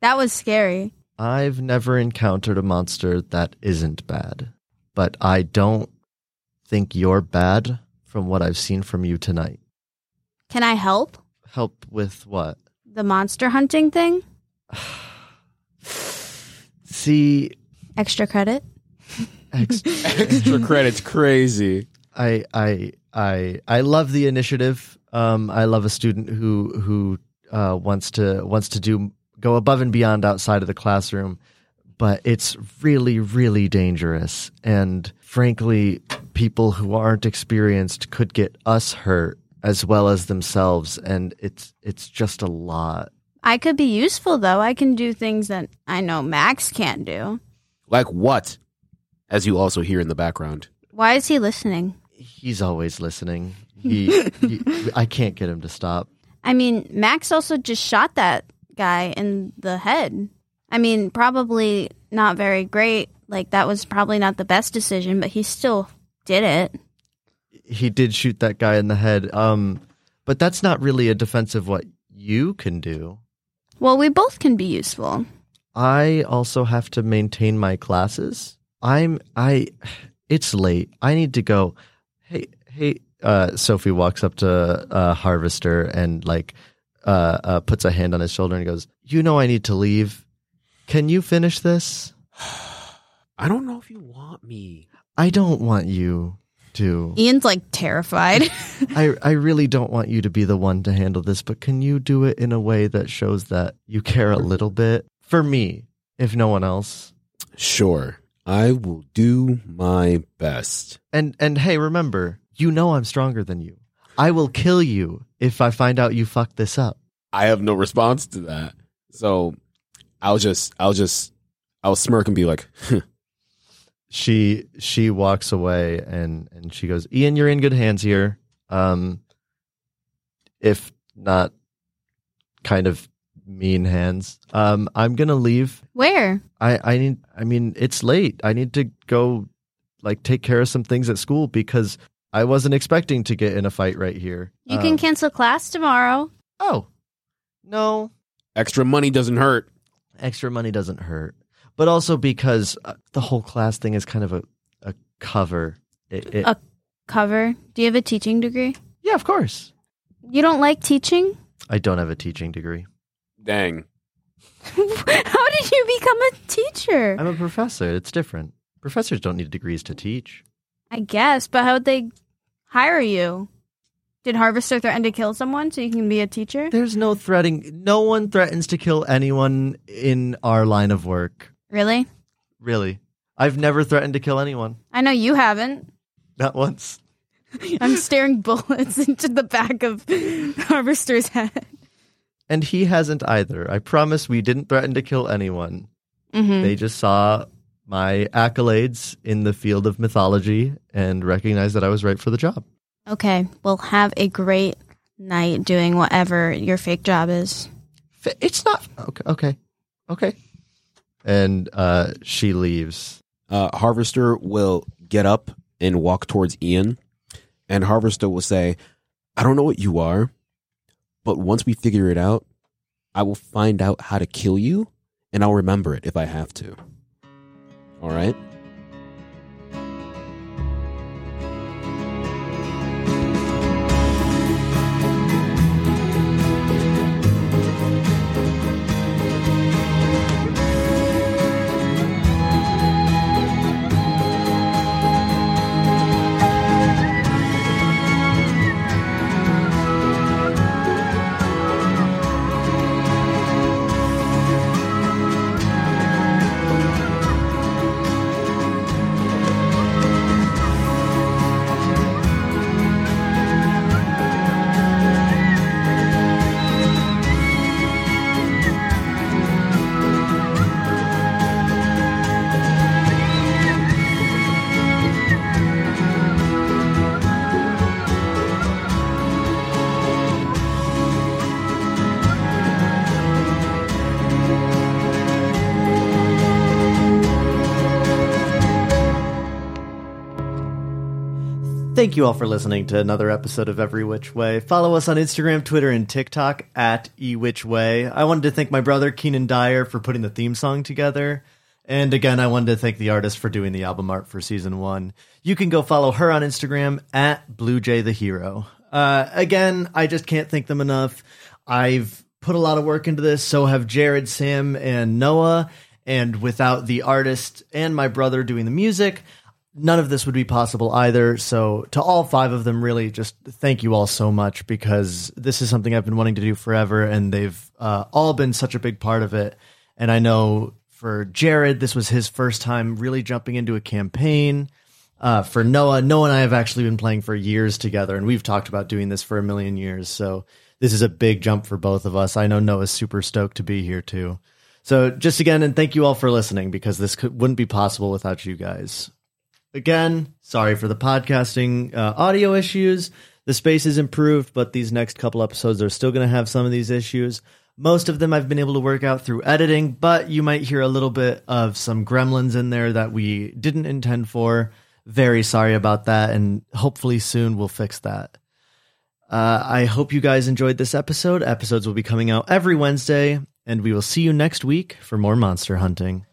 That was scary. I've never encountered a monster that isn't bad, but I don't think you're bad from what I've seen from you tonight. Can I help Help with what? *sighs* the monster hunting thing? See, *laughs* Extra credit. ex- Extra credits, crazy. I I I I love the initiative. Um, I love a student who who uh, wants to wants to do go above and beyond outside of the classroom, but it's really really dangerous. And frankly, people who aren't experienced could get us hurt as well as themselves, and it's it's just a lot. I could be useful though. I can do things that I know Max can't do. Like what? As you also hear in the background. Why is he listening? He's always listening. He, he I can't get him to stop. I mean, Max also just shot that guy in the head. I mean, probably not very great. Like, that was probably not the best decision, but he still did it. he did shoot that guy in the head. Um, but that's not really a defense of what you can do. Well, we both can be useful. I also have to maintain my classes. I'm I it's late. I need to go. Hey, hey, uh Sophie walks up to uh Harvester and like uh, uh puts a hand on his shoulder and goes, "You know I need to leave. Can you finish this? I don't know if you want me. I don't want you. to. Ian's like terrified. I, I really don't want you to be the one to handle this, but can you do it in a way that shows that you care a little bit for me, if no one else? Sure. I will do my best. And and hey, remember, you know I'm stronger than you. I will kill you if I find out you fuck this up. I have no response to that. So I'll just, I'll just, I'll smirk and be like, She she walks away and and she goes, "Ian, you're in good hands here. Um if not kind of mean hands. Um I'm going to leave *laughs* Where? I I need I mean it's late. I need to go like take care of some things at school because I wasn't expecting to get in a fight right here. You can Um, cancel class tomorrow. Oh. No. extra money doesn't hurt. Extra money doesn't hurt. But also because uh, the whole class thing is kind of a a cover. It, it, A- Cover. Do you have a teaching degree? yeah, of course. You don't like teaching? *laughs* I don't have a teaching degree. Dang. How did you become a teacher? I'm a professor. It's different. Professors don't need degrees to teach. I guess, but how would they hire you? Did Harvester threaten to kill someone so you can be a teacher? There's no threatening. No one threatens to kill anyone in our line of work. Really? Really. I've never threatened to kill anyone. I know you haven't. Not once. I'm staring *laughs* bullets into the back of *laughs* Harvester's head. And he hasn't either. I promise we didn't threaten to kill anyone. Mm-hmm. They just saw my accolades in the field of mythology and recognized that I was right for the job. Okay, well, have a great night doing whatever your fake job is. F- It's not okay. Okay. Okay. And uh, she leaves. Uh, Harvester will get up and walk towards Ian, and Harvester will say, I don't know what you are, but once we figure it out, I will find out how to kill you, and I'll remember it if I have to. All right? Thank you all for listening to another episode of Every Which Way. Follow us on Instagram, Twitter, and TikTok at eWhichWay. I wanted to thank my brother Keenan Dyer for putting the theme song together. And again, I wanted to thank the artist for doing the album art for season one. You can go follow her on Instagram at BlueJay the Hero. Uh, again, I just can't thank them enough. I've put a lot of work into this, so have Jared, Sam, and Noah. And without the artist and my brother doing the music, none of this would be possible either. So, to all five of them, really, just thank you all so much because this is something I've been wanting to do forever, and they've uh, all been such a big part of it. And I know for Jared, this was his first time really jumping into a campaign. Uh, for Noah, Noah and I have actually been playing for years together, and we've talked about doing this for a million years. So, this is a big jump for both of us. I know Noah's super stoked to be here too. So, just again, and thank you all for listening because this could, wouldn't be possible without you guys again sorry for the podcasting uh, audio issues the space is improved but these next couple episodes are still going to have some of these issues most of them i've been able to work out through editing but you might hear a little bit of some gremlins in there that we didn't intend for very sorry about that and hopefully soon we'll fix that uh, i hope you guys enjoyed this episode episodes will be coming out every wednesday and we will see you next week for more monster hunting